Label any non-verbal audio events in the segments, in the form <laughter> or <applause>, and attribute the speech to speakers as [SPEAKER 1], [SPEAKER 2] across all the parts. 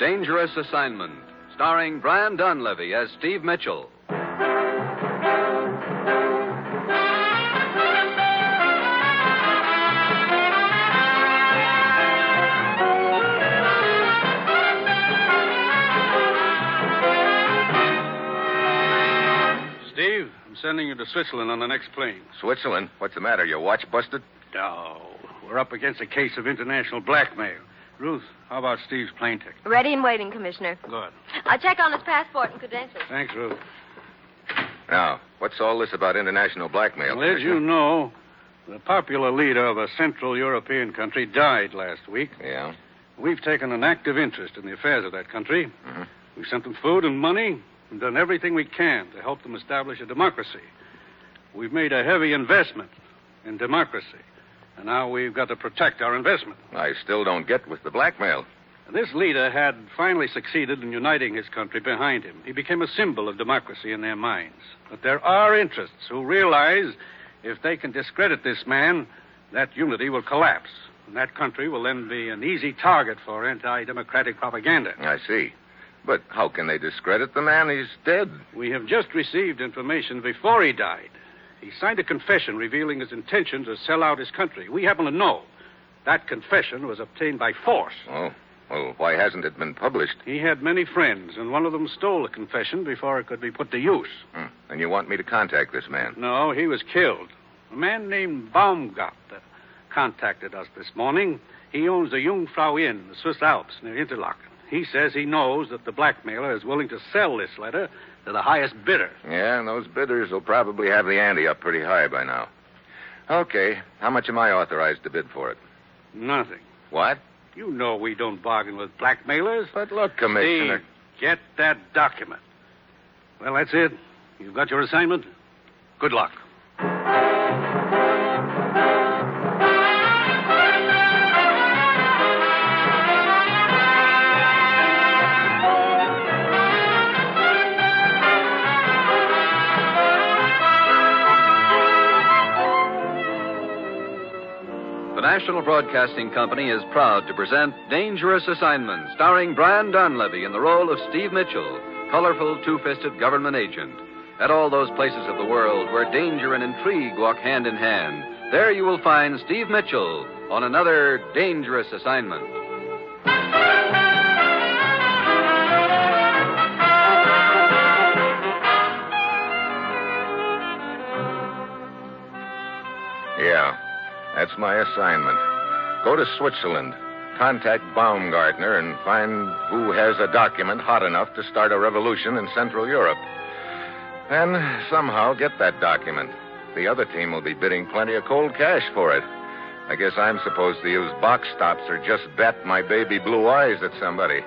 [SPEAKER 1] Dangerous Assignment, starring Brian Dunleavy as Steve Mitchell.
[SPEAKER 2] Steve, I'm sending you to Switzerland on the next plane.
[SPEAKER 3] Switzerland? What's the matter? Your watch busted?
[SPEAKER 2] No, we're up against a case of international blackmail. Ruth, how about Steve's plane ticket?
[SPEAKER 4] Ready and waiting, Commissioner.
[SPEAKER 2] Good.
[SPEAKER 4] I'll check on his passport and credentials.
[SPEAKER 2] Thanks, Ruth.
[SPEAKER 3] Now, what's all this about international blackmail?
[SPEAKER 2] Well, as you know, the popular leader of a Central European country died last week.
[SPEAKER 3] Yeah.
[SPEAKER 2] We've taken an active interest in the affairs of that country.
[SPEAKER 3] Mhm.
[SPEAKER 2] We've sent them food and money and done everything we can to help them establish a democracy. We've made a heavy investment in democracy, and now we've got to protect our investment.
[SPEAKER 3] I still don't get with the blackmail.
[SPEAKER 2] This leader had finally succeeded in uniting his country behind him. He became a symbol of democracy in their minds. But there are interests who realize if they can discredit this man, that unity will collapse. And that country will then be an easy target for anti democratic propaganda.
[SPEAKER 3] I see. But how can they discredit the man? He's dead.
[SPEAKER 2] We have just received information before he died. He signed a confession revealing his intention to sell out his country. We happen to know that confession was obtained by force.
[SPEAKER 3] Oh. Well, why hasn't it been published?
[SPEAKER 2] He had many friends, and one of them stole the confession before it could be put to use.
[SPEAKER 3] Hmm. And you want me to contact this man?
[SPEAKER 2] No, he was killed. A man named Baumgart uh, contacted us this morning. He owns the Jungfrau Inn, in the Swiss Alps, near Interlaken. He says he knows that the blackmailer is willing to sell this letter to the highest bidder.
[SPEAKER 3] Yeah, and those bidders will probably have the ante up pretty high by now. Okay. How much am I authorized to bid for it?
[SPEAKER 2] Nothing.
[SPEAKER 3] What?
[SPEAKER 2] You know we don't bargain with blackmailers.
[SPEAKER 3] But look, Commissioner.
[SPEAKER 2] Steve, get that document. Well, that's it. You've got your assignment. Good luck.
[SPEAKER 1] The National Broadcasting Company is proud to present Dangerous Assignment, starring Brian Donlevy in the role of Steve Mitchell, colorful, two fisted government agent. At all those places of the world where danger and intrigue walk hand in hand, there you will find Steve Mitchell on another Dangerous Assignment.
[SPEAKER 3] Yeah, that's my assignment. Go to Switzerland, contact Baumgartner, and find who has a document hot enough to start a revolution in Central Europe. Then somehow get that document. The other team will be bidding plenty of cold cash for it. I guess I'm supposed to use box stops or just bat my baby blue eyes at somebody.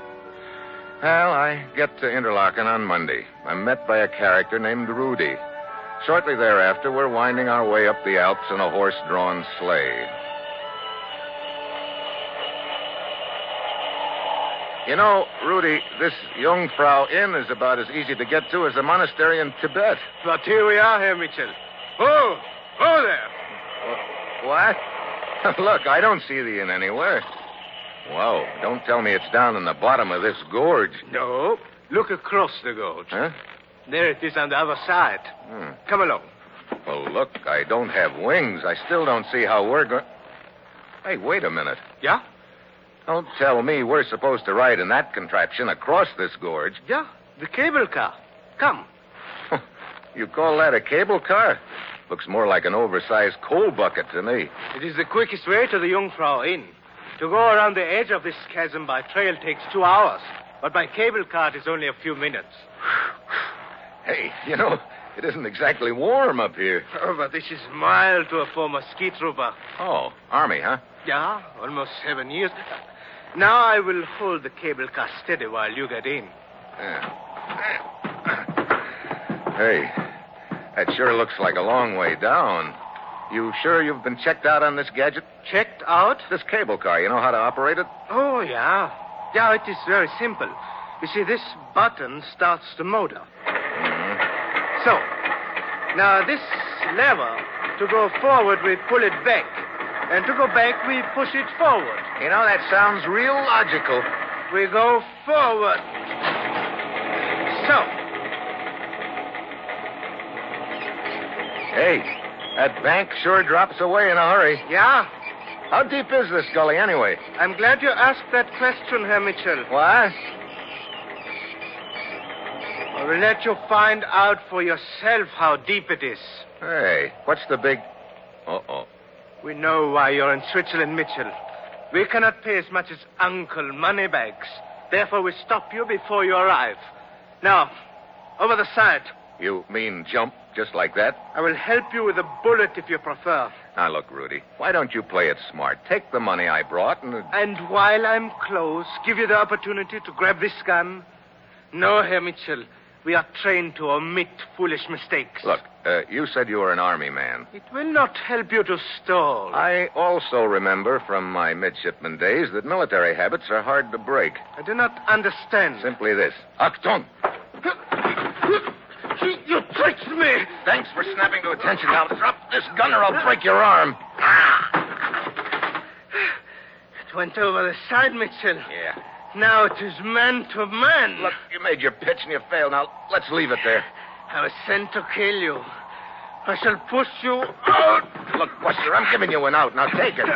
[SPEAKER 3] Well, I get to Interlaken on Monday. I'm met by a character named Rudy. Shortly thereafter, we're winding our way up the Alps in a horse drawn sleigh. You know, Rudy, this Jungfrau Inn is about as easy to get to as a monastery in Tibet.
[SPEAKER 2] But here we are, Herr Mitchell. Oh, oh there.
[SPEAKER 3] Wh- What? <laughs> Look, I don't see the inn anywhere. Whoa, don't tell me it's down in the bottom of this gorge.
[SPEAKER 5] No. Look across the gorge.
[SPEAKER 3] Huh?
[SPEAKER 5] There it is on the other side.
[SPEAKER 3] Hmm.
[SPEAKER 5] Come along.
[SPEAKER 3] Well, Oh, look, I don't have wings. I still don't see how we're going. Hey, wait a minute.
[SPEAKER 5] Yeah?
[SPEAKER 3] Don't tell me we're supposed to ride in that contraption across this gorge.
[SPEAKER 5] Yeah. The cable car. Come.
[SPEAKER 3] you call that a cable car? Looks more like an oversized coal bucket to me.
[SPEAKER 5] It is the quickest way to the Jungfrau Inn. To go around the edge of this chasm by trail takes two hours, but by cable car it is only a few minutes.
[SPEAKER 3] <sighs> Hey, you know, it isn't exactly warm up here.
[SPEAKER 5] Oh, but this is mild to a former ski trooper.
[SPEAKER 3] Oh, Army, huh?
[SPEAKER 5] Yeah, almost seven years. Now I will hold the cable car steady while you get in.
[SPEAKER 3] Yeah. Hey, that sure looks like a long way down. You sure you've been checked out on this gadget?
[SPEAKER 5] Checked out?
[SPEAKER 3] This cable car, you know how to operate it?
[SPEAKER 5] Oh, yeah. Yeah, it is very simple. You see, this button starts the motor.
[SPEAKER 3] Mm-hmm.
[SPEAKER 5] So, now this lever, to go forward, we pull it back. And to go back, we push it forward.
[SPEAKER 3] You know, that sounds real logical.
[SPEAKER 5] We go forward. So.
[SPEAKER 3] Hey, that bank sure drops away in a hurry.
[SPEAKER 5] Yeah?
[SPEAKER 3] How deep is this gully anyway?
[SPEAKER 5] I'm glad you asked that question, Herr Mitchell.
[SPEAKER 3] What?
[SPEAKER 5] I will let you find out for yourself how deep it is.
[SPEAKER 3] Hey, what's the big. Uh oh.
[SPEAKER 5] We know why you're in Switzerland, Mitchell. We cannot pay as much as Uncle Moneybags. Therefore, we stop you before you arrive. Now, over the side.
[SPEAKER 3] You mean jump just like that?
[SPEAKER 5] I will help you with a bullet if you prefer.
[SPEAKER 3] Now, look, Rudy, why don't you play it smart? Take the money I brought and.
[SPEAKER 5] And while I'm close, give you the opportunity to grab this gun. No, Herr Mitchell, we are trained to omit foolish mistakes.
[SPEAKER 3] Look, uh, you said you were an army man.
[SPEAKER 5] It will not help you to stall.
[SPEAKER 3] I also remember from my midshipman days that military habits are hard to break.
[SPEAKER 5] I do not understand.
[SPEAKER 3] Simply this Achtung!
[SPEAKER 5] You tricked me!
[SPEAKER 3] Thanks for snapping to attention. Now drop this gun or I'll break your arm.
[SPEAKER 5] Ah, It went over the side, Mitchell.
[SPEAKER 3] Yeah.
[SPEAKER 5] Now it is man to man.
[SPEAKER 3] Look, you made your pitch and you failed. Now let's leave it there.
[SPEAKER 5] I was sent to kill you. I shall push you
[SPEAKER 3] Out! Look, Buster, I'm giving you an out. Now take it.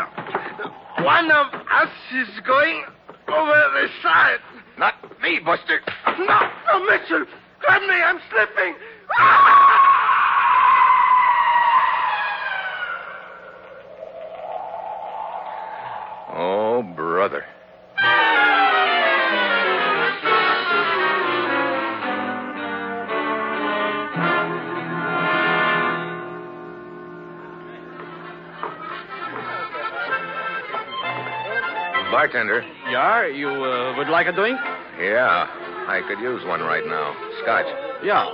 [SPEAKER 5] One of us is going over the side.
[SPEAKER 3] Not me, Buster.
[SPEAKER 5] No, no, Mitchell, grab me. I'm slipping. Ah!
[SPEAKER 3] Oh, brother. Bartender.
[SPEAKER 2] Yeah, you uh, would like a drink?
[SPEAKER 3] Yeah, I could use one right now. Scotch.
[SPEAKER 2] Yeah,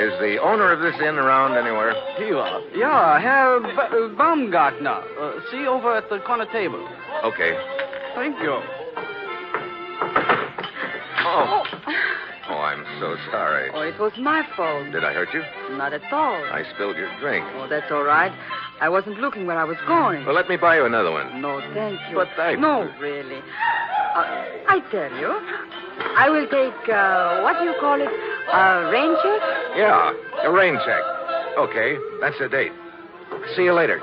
[SPEAKER 3] Is the owner of this inn around anywhere?
[SPEAKER 2] here you are. uh, Yeah, Herr ba- Baumgartner. Uh, see over at the corner table.
[SPEAKER 3] Okay.
[SPEAKER 2] Thank you.
[SPEAKER 3] Oh. Oh, I'm so sorry.
[SPEAKER 6] Oh, it was my fault.
[SPEAKER 3] Did I hurt you?
[SPEAKER 6] Not at all.
[SPEAKER 3] I spilled your drink.
[SPEAKER 6] Oh, that's all right. I wasn't looking where I was going.
[SPEAKER 3] Well, let me buy you another one.
[SPEAKER 6] No, thank you.
[SPEAKER 3] But I-
[SPEAKER 6] No, really. Uh, I tell you, I will take, uh, what do you call it? A rain check?
[SPEAKER 3] Yeah, a rain check. Okay, that's the date. See you later.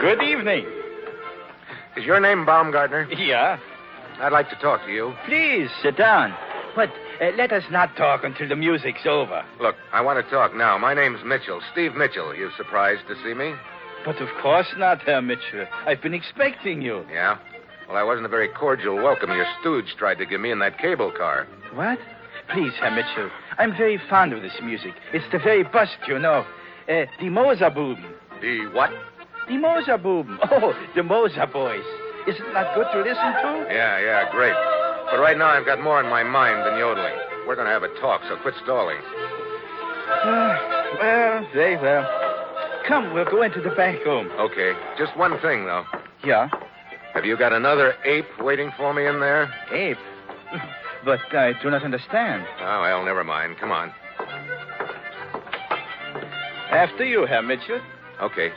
[SPEAKER 7] Good evening.
[SPEAKER 3] Is your name Baumgartner?
[SPEAKER 7] Yeah.
[SPEAKER 3] I'd like to talk to you.
[SPEAKER 7] Please sit down. But uh, let us not talk until the music's over.
[SPEAKER 3] Look, I want to talk now. My name's Mitchell, Steve Mitchell. You surprised to see me?
[SPEAKER 7] But of course not, Herr Mitchell. I've been expecting you.
[SPEAKER 3] Yeah. Well, I wasn't a very cordial welcome your stooge tried to give me in that cable car.
[SPEAKER 7] What? Please, Herr Mitchell. I'm very fond of this music. It's the very best, you know. Uh, the Moserbuben.
[SPEAKER 3] The what?
[SPEAKER 7] The Moserbuben. <laughs> Oh, the Moser boys. Is it not good to listen to?
[SPEAKER 3] Yeah, yeah, great. But right now I've got more in my mind than yodeling. We're going to have a talk, so quit stalling.
[SPEAKER 7] Ah, well, very well. Come, we'll go into the back room.
[SPEAKER 3] Okay, just one thing, though.
[SPEAKER 7] Yeah.
[SPEAKER 3] Have you got another ape waiting for me in there?
[SPEAKER 7] Abe. but I do not understand.
[SPEAKER 3] Oh, well, never mind. Come on.
[SPEAKER 7] After you, Herr Mitchell.
[SPEAKER 3] Okay.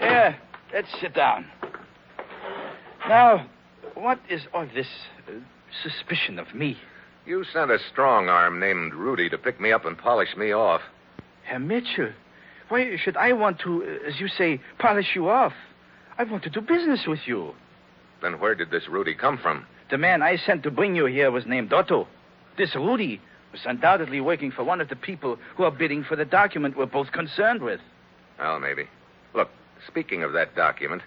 [SPEAKER 7] Yeah, let's sit down. Now, what is all this uh, suspicion of me?
[SPEAKER 3] You sent a strong arm named Rudy to pick me up and polish me off.
[SPEAKER 7] Herr Mitchell, why should I want to, uh, as you say, polish you off? I want to do business with you.
[SPEAKER 3] Then where did this Rudy come from?
[SPEAKER 7] The man I sent to bring you here was named Otto. This Rudy was undoubtedly working for one of the people who are bidding for the document we're both concerned with.
[SPEAKER 3] Well, maybe. Look, speaking of that document,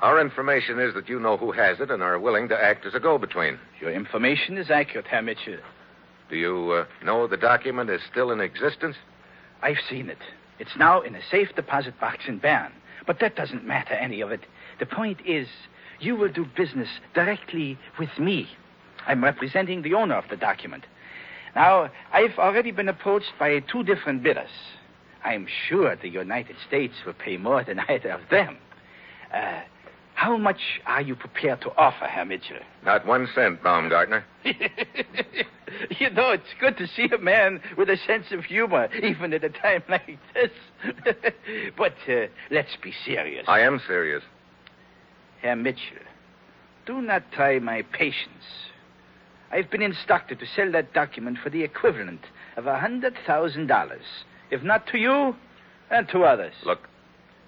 [SPEAKER 3] our information is that you know who has it and are willing to act as a go between.
[SPEAKER 7] Your information is accurate, Herr Mitchell.
[SPEAKER 3] Do you uh, know the document is still in existence?
[SPEAKER 7] I've seen it. It's now in a safe deposit box in Bern. But that doesn't matter any of it. The point is, you will do business directly with me. I'm representing the owner of the document. Now, I've already been approached by two different bidders. I'm sure the United States will pay more than <laughs> either of them. Uh, how much are you prepared to offer, Herr Mitchell?
[SPEAKER 3] Not one cent, Baumgartner.
[SPEAKER 7] <laughs> you know, it's good to see a man with a sense of humor, even at a time like this. <laughs> but uh, let's be serious.
[SPEAKER 3] I am serious.
[SPEAKER 7] Herr Mitchell, Do not try my patience. I've been instructed to sell that document for the equivalent of a $100,000, if not to you, and to others.
[SPEAKER 3] Look,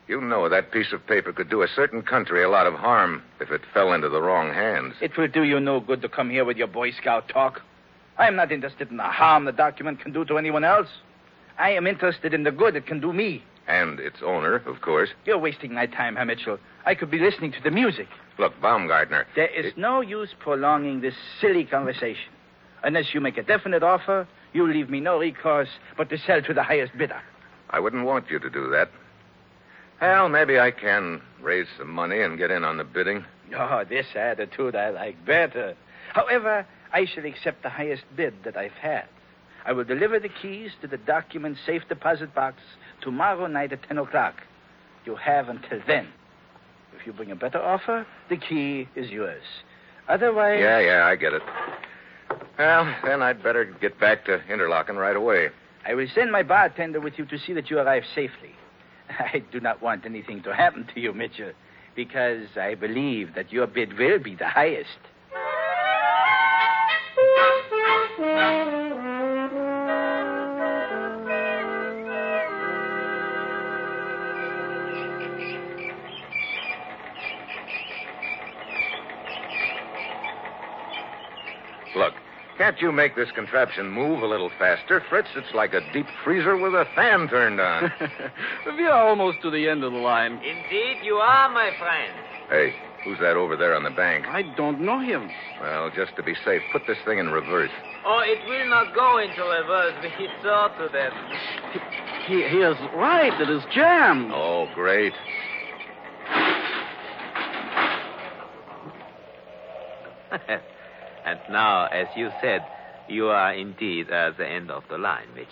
[SPEAKER 3] you know that piece of paper could do a certain country a lot of harm if it fell into the wrong hands.
[SPEAKER 7] It will do you no good to come here with your Boy Scout talk. I am not interested in the harm the document can do to anyone else. I am interested in the good it can do me.
[SPEAKER 3] And its owner, of course.
[SPEAKER 7] You're wasting my time, Herr Mitchell. I could be listening to the music.
[SPEAKER 3] Look, Baumgartner.
[SPEAKER 7] There is
[SPEAKER 3] it-
[SPEAKER 7] no use prolonging this silly conversation. Unless you make a definite offer, you leave me no recourse but to sell to the highest bidder.
[SPEAKER 3] I wouldn't want you to do that. Well, maybe I can raise some money and get in on the bidding.
[SPEAKER 7] Oh, this attitude I like better. However, I shall accept the highest bid that I've had. I will deliver the keys to the document safe deposit box tomorrow night at 10 o'clock. You have until then. If you bring a better offer, the key is yours. Otherwise.
[SPEAKER 3] Yeah, yeah, I get it. Well, then I'd better get back to Interlaken right away.
[SPEAKER 7] I will send my bartender with you to see that you arrive safely. <laughs> I do not want anything to happen to you, Mitchell, because I believe that your bid will be the highest.
[SPEAKER 3] Look, can't you make this contraption move a little faster, Fritz? It's like a deep freezer with a fan turned
[SPEAKER 2] <laughs>
[SPEAKER 3] on.
[SPEAKER 1] we are almost to the end of the line.
[SPEAKER 8] Indeed, you are, my friend.
[SPEAKER 3] hey, who's that over there on the bank?
[SPEAKER 2] I don't know him.
[SPEAKER 3] Well, just to be safe, put this thing in reverse.
[SPEAKER 8] Oh, it will not go into reverse. We saw to that.
[SPEAKER 2] He, he is right. It is jammed.
[SPEAKER 3] Oh, great.
[SPEAKER 8] <laughs> and now, as you said, you are indeed at the end of the line, Mitchell.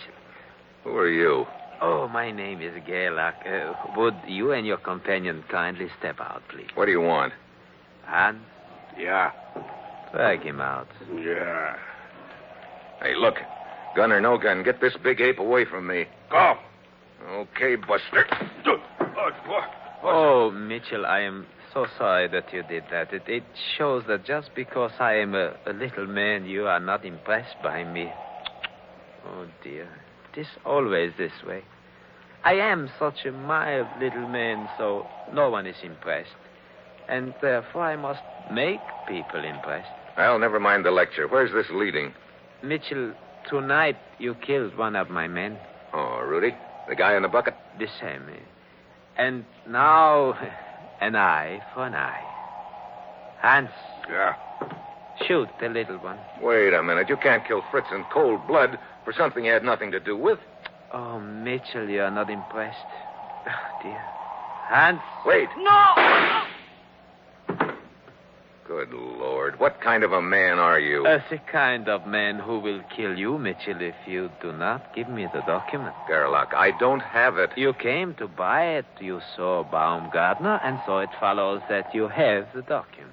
[SPEAKER 3] Who are you?
[SPEAKER 8] Oh, my name is Gerlach. Uh, would you and your companion kindly step out, please?
[SPEAKER 3] What do you want?
[SPEAKER 8] Hans,
[SPEAKER 2] Yeah.
[SPEAKER 8] drag him out.
[SPEAKER 2] Yeah.
[SPEAKER 3] Hey, look. Gun or no gun, get this big ape away from me.
[SPEAKER 2] Go.
[SPEAKER 3] Okay, Buster.
[SPEAKER 8] Oh, Mitchell, I am so sorry that you did that. It, it shows that just because I am a, a little man, you are not impressed by me. Oh, dear. It is always this way. I am such a mild little man, so no one is impressed. And therefore, I must make people impressed.
[SPEAKER 3] Well, never mind the lecture. Where's this leading?
[SPEAKER 8] Mitchell, tonight you killed one of my men.
[SPEAKER 3] Oh, Rudy. The guy in the bucket?
[SPEAKER 8] The same. eh? And now, <laughs> an eye for an eye. Hans,
[SPEAKER 3] Yeah.
[SPEAKER 8] shoot the little one.
[SPEAKER 3] Wait a minute. You can't kill Fritz in cold blood for something he had nothing to do with.
[SPEAKER 8] Oh, Mitchell, you are not impressed. Oh, dear. <laughs> Hans,
[SPEAKER 3] Wait.
[SPEAKER 8] no!
[SPEAKER 3] Good Lord. What kind of a man are you?
[SPEAKER 8] That's the kind of man who will kill you, Mitchell, if you do not give me the document.
[SPEAKER 3] Gerlach, I don't have it.
[SPEAKER 8] You came to buy it. You saw Baumgartner, and so it follows that you have the document.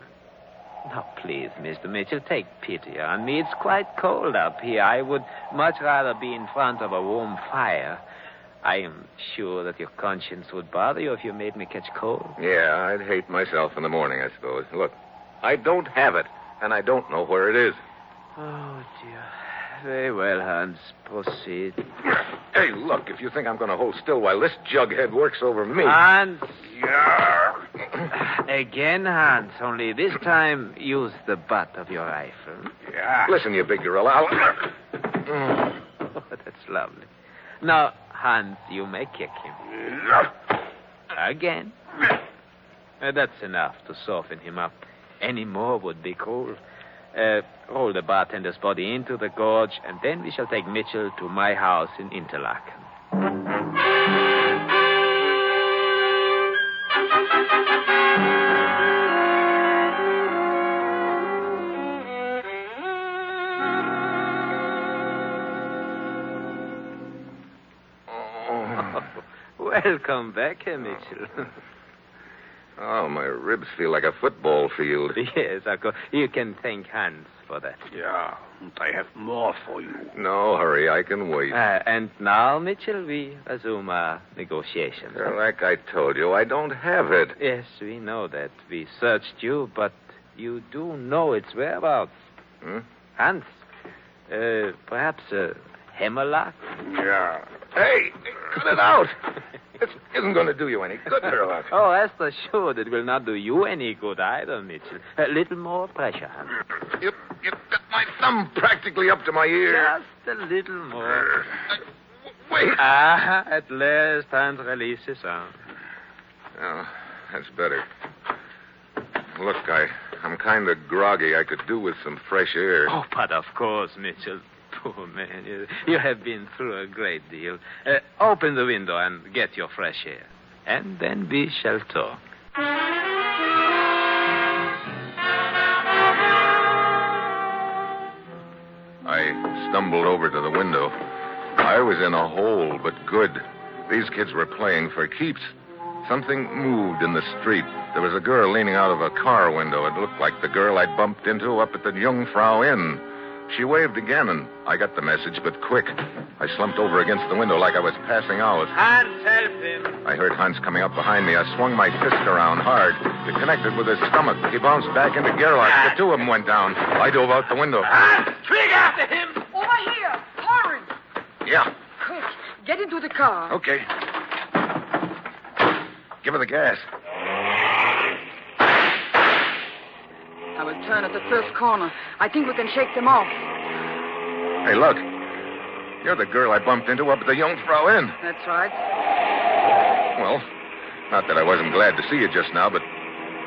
[SPEAKER 8] Now, please, Mr. Mitchell, take pity on me. It's quite cold up here. I would much rather be in front of a warm fire. I am sure that your conscience would bother you if you made me catch cold.
[SPEAKER 3] Yeah, I'd hate myself in the morning, I suppose. Look, I don't have it, and I don't know where it is.
[SPEAKER 8] Oh, dear. Very well, Hans. Proceed.
[SPEAKER 3] Hey, look, if you think I'm going to hold still while this jughead works over me.
[SPEAKER 8] Hans!
[SPEAKER 3] Yeah.
[SPEAKER 8] Again, Hans, only this time use the butt of your rifle.
[SPEAKER 3] Listen, you big gorilla. I'll... Mm.
[SPEAKER 8] <laughs> Oh, that's lovely. Now, Hans, you may kick him. Again. Uh, that's enough to soften him up. Any more would be cold. Uh, roll the bartender's body into the gorge, and then we shall take Mitchell to my house in Interlaken. <laughs> Welcome back, Herr Mitchell.
[SPEAKER 3] <laughs> Oh, my ribs feel like a football field.
[SPEAKER 8] <laughs> yes, of course. You can thank Hans for that.
[SPEAKER 2] Yeah. And I have more for you.
[SPEAKER 3] No hurry, I can wait.
[SPEAKER 8] Uh, and now, Mitchell, we resume our negotiations.
[SPEAKER 3] Like I told you, I don't have it.
[SPEAKER 8] Yes, we know that. We searched you, but You do know its whereabouts.
[SPEAKER 3] Hmm?
[SPEAKER 8] Hans, uh, perhaps a hemlock?
[SPEAKER 3] Yeah. Hey, cut it
[SPEAKER 8] <laughs>
[SPEAKER 3] out. This isn't going to do you any good, Sherlock.
[SPEAKER 8] Oh, Esther, sure, it will not do you any good either, Mitchell. A little more pressure, Hans.
[SPEAKER 3] You, you got my thumb practically up to my ear.
[SPEAKER 8] Just a little more.
[SPEAKER 3] Uh, Wait.
[SPEAKER 8] Ah, at last, Hans releases arm.
[SPEAKER 3] Oh, that's better. Look, I, I'm kind of groggy. I could do with some fresh air.
[SPEAKER 8] Oh, but of course, Mitchell. <laughs> Poor man, you, you have been through a great deal. Uh, open the window and get your fresh air. And then we shall talk.
[SPEAKER 3] I stumbled over to the window. I was in a hole, but good. These kids were playing for keeps. Something moved in the street. There was a girl leaning out of a car window. It looked like the girl I'd bumped into up at the Jungfrau Inn. She waved again, and I got the message, but quick. I slumped over against the window like I was passing out.
[SPEAKER 8] Hans, help him.
[SPEAKER 3] I heard Hans coming up behind me. I swung my fist around hard. It connected with his stomach. He bounced back into Gerlach. The two of them went down. I dove out the window.
[SPEAKER 8] After him.
[SPEAKER 6] Over here. Hurry.
[SPEAKER 3] Yeah,
[SPEAKER 6] Quick. Get into the car.
[SPEAKER 3] okay. Give her the gas.
[SPEAKER 6] I will turn at the first corner. I think we can shake them off.
[SPEAKER 3] Hey, look. You're the girl I bumped into up at the Jungfrau Inn.
[SPEAKER 6] That's right.
[SPEAKER 3] Well, not that I wasn't glad to see you just now, but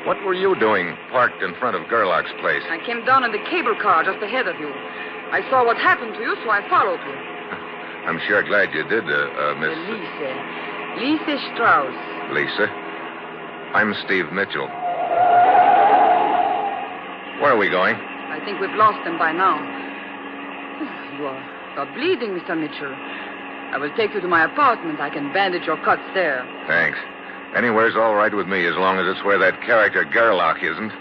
[SPEAKER 3] what were you doing parked in front of Gerlach's place?
[SPEAKER 6] I came down in the cable car just ahead of you. I saw what happened to you, so I followed you.
[SPEAKER 3] I'm sure glad you did, uh, uh, Miss
[SPEAKER 6] Elise. Lise Strauss.
[SPEAKER 3] Lisa. I'm Steve Mitchell. Where are we going?
[SPEAKER 6] I think we've lost them by now. <sighs> You are, you are bleeding, Mr. Mitchell. I will take you to my apartment. I can bandage your cuts there.
[SPEAKER 3] Thanks. Anywhere's all right with me as long as it's where that character Gerlach isn't.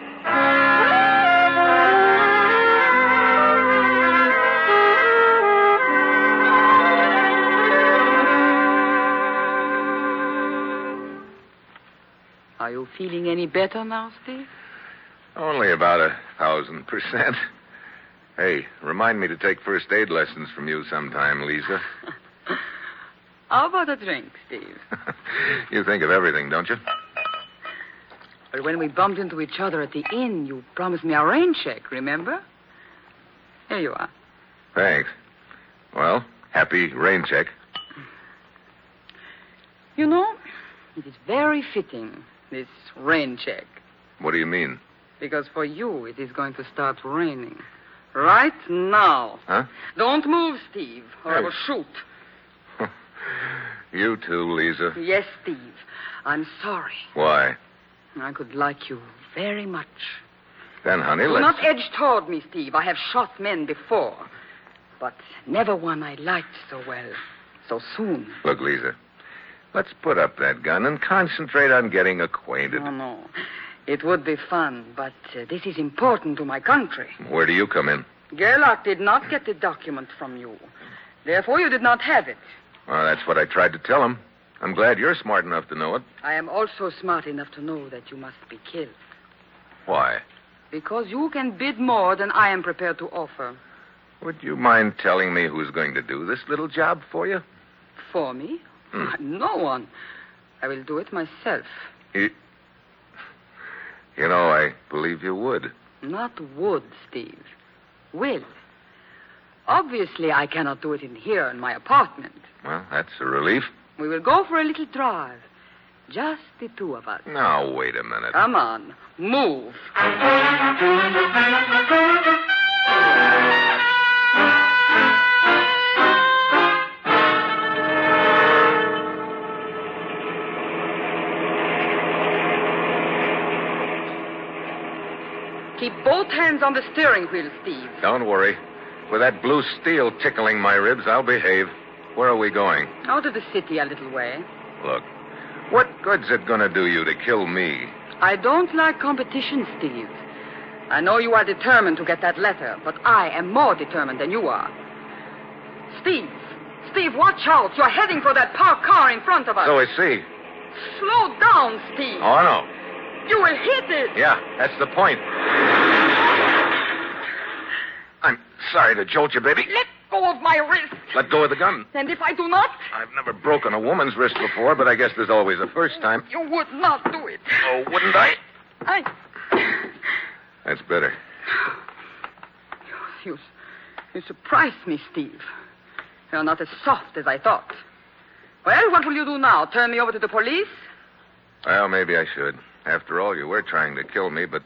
[SPEAKER 6] Are you feeling any better now, Steve?
[SPEAKER 3] Only about a thousand percent. Hey, remind me to take first aid lessons from you sometime, Lisa.
[SPEAKER 6] How about a drink, Steve?
[SPEAKER 3] you think of everything, don't you?
[SPEAKER 6] But when we bumped into each other at the inn, you promised me a rain check, remember? Here you are.
[SPEAKER 3] Thanks. Well, happy rain check.
[SPEAKER 6] You know, it is very fitting, this rain check,
[SPEAKER 3] What do you mean?
[SPEAKER 6] because for you it is going to start raining. Right now.
[SPEAKER 3] Huh?
[SPEAKER 6] Don't move, Steve, or I
[SPEAKER 3] Hey.
[SPEAKER 6] will shoot.
[SPEAKER 3] You too, Lisa.
[SPEAKER 6] Yes, Steve. I'm sorry.
[SPEAKER 3] Why?
[SPEAKER 6] I could like you very much.
[SPEAKER 3] Then, honey,
[SPEAKER 6] Do
[SPEAKER 3] let's.
[SPEAKER 6] not edge toward me, Steve. I have shot men before, but never one I liked so well, so soon.
[SPEAKER 3] Look, Lisa. Let's put up that gun and concentrate on getting acquainted.
[SPEAKER 6] No, no. It would be fun, but uh, this is important to my country.
[SPEAKER 3] Where do you come in?
[SPEAKER 6] Gerlach did not get the document from you. Therefore, you did not have it.
[SPEAKER 3] Well, that's what I tried to tell him. I'm glad you're smart enough to know it.
[SPEAKER 6] I am also smart enough to know that you must be killed.
[SPEAKER 3] Why?
[SPEAKER 6] Because you can bid more than I am prepared to offer.
[SPEAKER 3] Would you mind telling me who's going to do this little job for you?
[SPEAKER 6] For me?
[SPEAKER 3] Hmm.
[SPEAKER 6] <laughs> No one. I will do it myself.
[SPEAKER 3] You know, I believe you would.
[SPEAKER 6] Not would, Steve. Will. Obviously, I cannot do it in here in my apartment.
[SPEAKER 3] Well, that's a relief.
[SPEAKER 6] We will go for a little drive. Just the two of us.
[SPEAKER 3] Now, wait a minute.
[SPEAKER 6] Come on, move. Keep both hands on the steering wheel, Steve.
[SPEAKER 3] Don't worry. With that blue steel tickling my ribs, I'll behave. Where are we going?
[SPEAKER 6] Out of the city a little way.
[SPEAKER 3] Look, what good's it going to do you to kill me?
[SPEAKER 6] I don't like competition, Steve. I know you are determined to get that letter, but I am more determined than you are. Steve, Steve, watch out. You're heading for that parked car in front of us.
[SPEAKER 3] So is she.
[SPEAKER 6] Slow down, Steve.
[SPEAKER 3] Oh, no.
[SPEAKER 6] You will hit it.
[SPEAKER 3] Yeah, that's the point. sorry to jolt you, baby.
[SPEAKER 6] Let go of my wrist.
[SPEAKER 3] Let go of the gun.
[SPEAKER 6] And if I do not,
[SPEAKER 3] I've never broken a woman's wrist before, but I guess there's always a first time.
[SPEAKER 6] you would not do it.
[SPEAKER 3] Oh, wouldn't I?
[SPEAKER 6] I.
[SPEAKER 3] That's better.
[SPEAKER 6] You, you surprise me, Steve. You're not as soft as I thought. Well, what will you do now? Turn me over to the police?
[SPEAKER 3] Well, maybe I should. After all, you were trying to kill me, but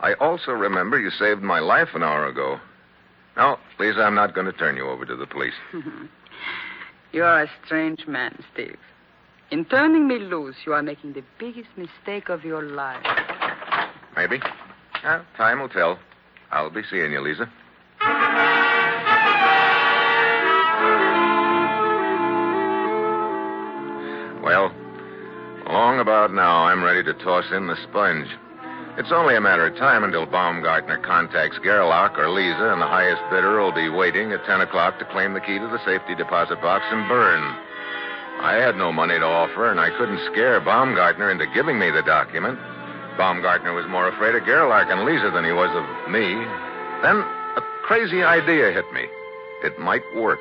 [SPEAKER 3] I also remember you saved my life an hour ago. No, Lisa, I'm not going to turn you over to the police.
[SPEAKER 6] You are a strange man, Steve. In turning me loose, you are making the biggest mistake of your life. Oh,
[SPEAKER 3] Maybe. Well, time will tell. I'll be seeing you, Lisa. Well, along about now, I'm ready to toss in the sponge. It's only a matter of time until Baumgartner contacts Gerlach or Lisa, and the highest bidder will be waiting at 10 o'clock to claim the key to the safety deposit box and burn. I had no money to offer, and I couldn't scare Baumgartner into giving me the document. Baumgartner was more afraid of Gerlach and Lisa than he was of me. Then a crazy idea hit me. It might work.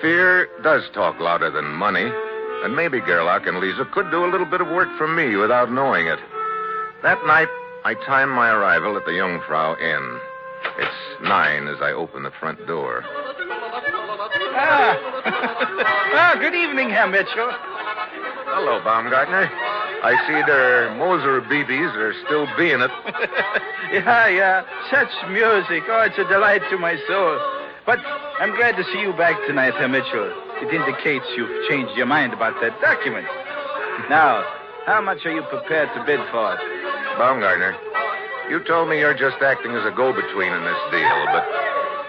[SPEAKER 3] Fear does talk louder than money, and maybe Gerlach and Lisa could do a little bit of work for me without knowing it. That night, I timed my arrival at the Jungfrau Inn. It's nine as I open the front door.
[SPEAKER 7] Ah. ah, good evening, Herr Mitchell.
[SPEAKER 3] Hello, Baumgartner. I see their Moser BBs are still being it.
[SPEAKER 7] yeah, yeah. Such music. Oh, it's a delight to my soul. But I'm glad to see you back tonight, Herr Mitchell. It indicates you've changed your mind about that document. Now, how much are you prepared to bid for it?
[SPEAKER 3] Baumgartner, you told me you're just acting as a go between in this deal, but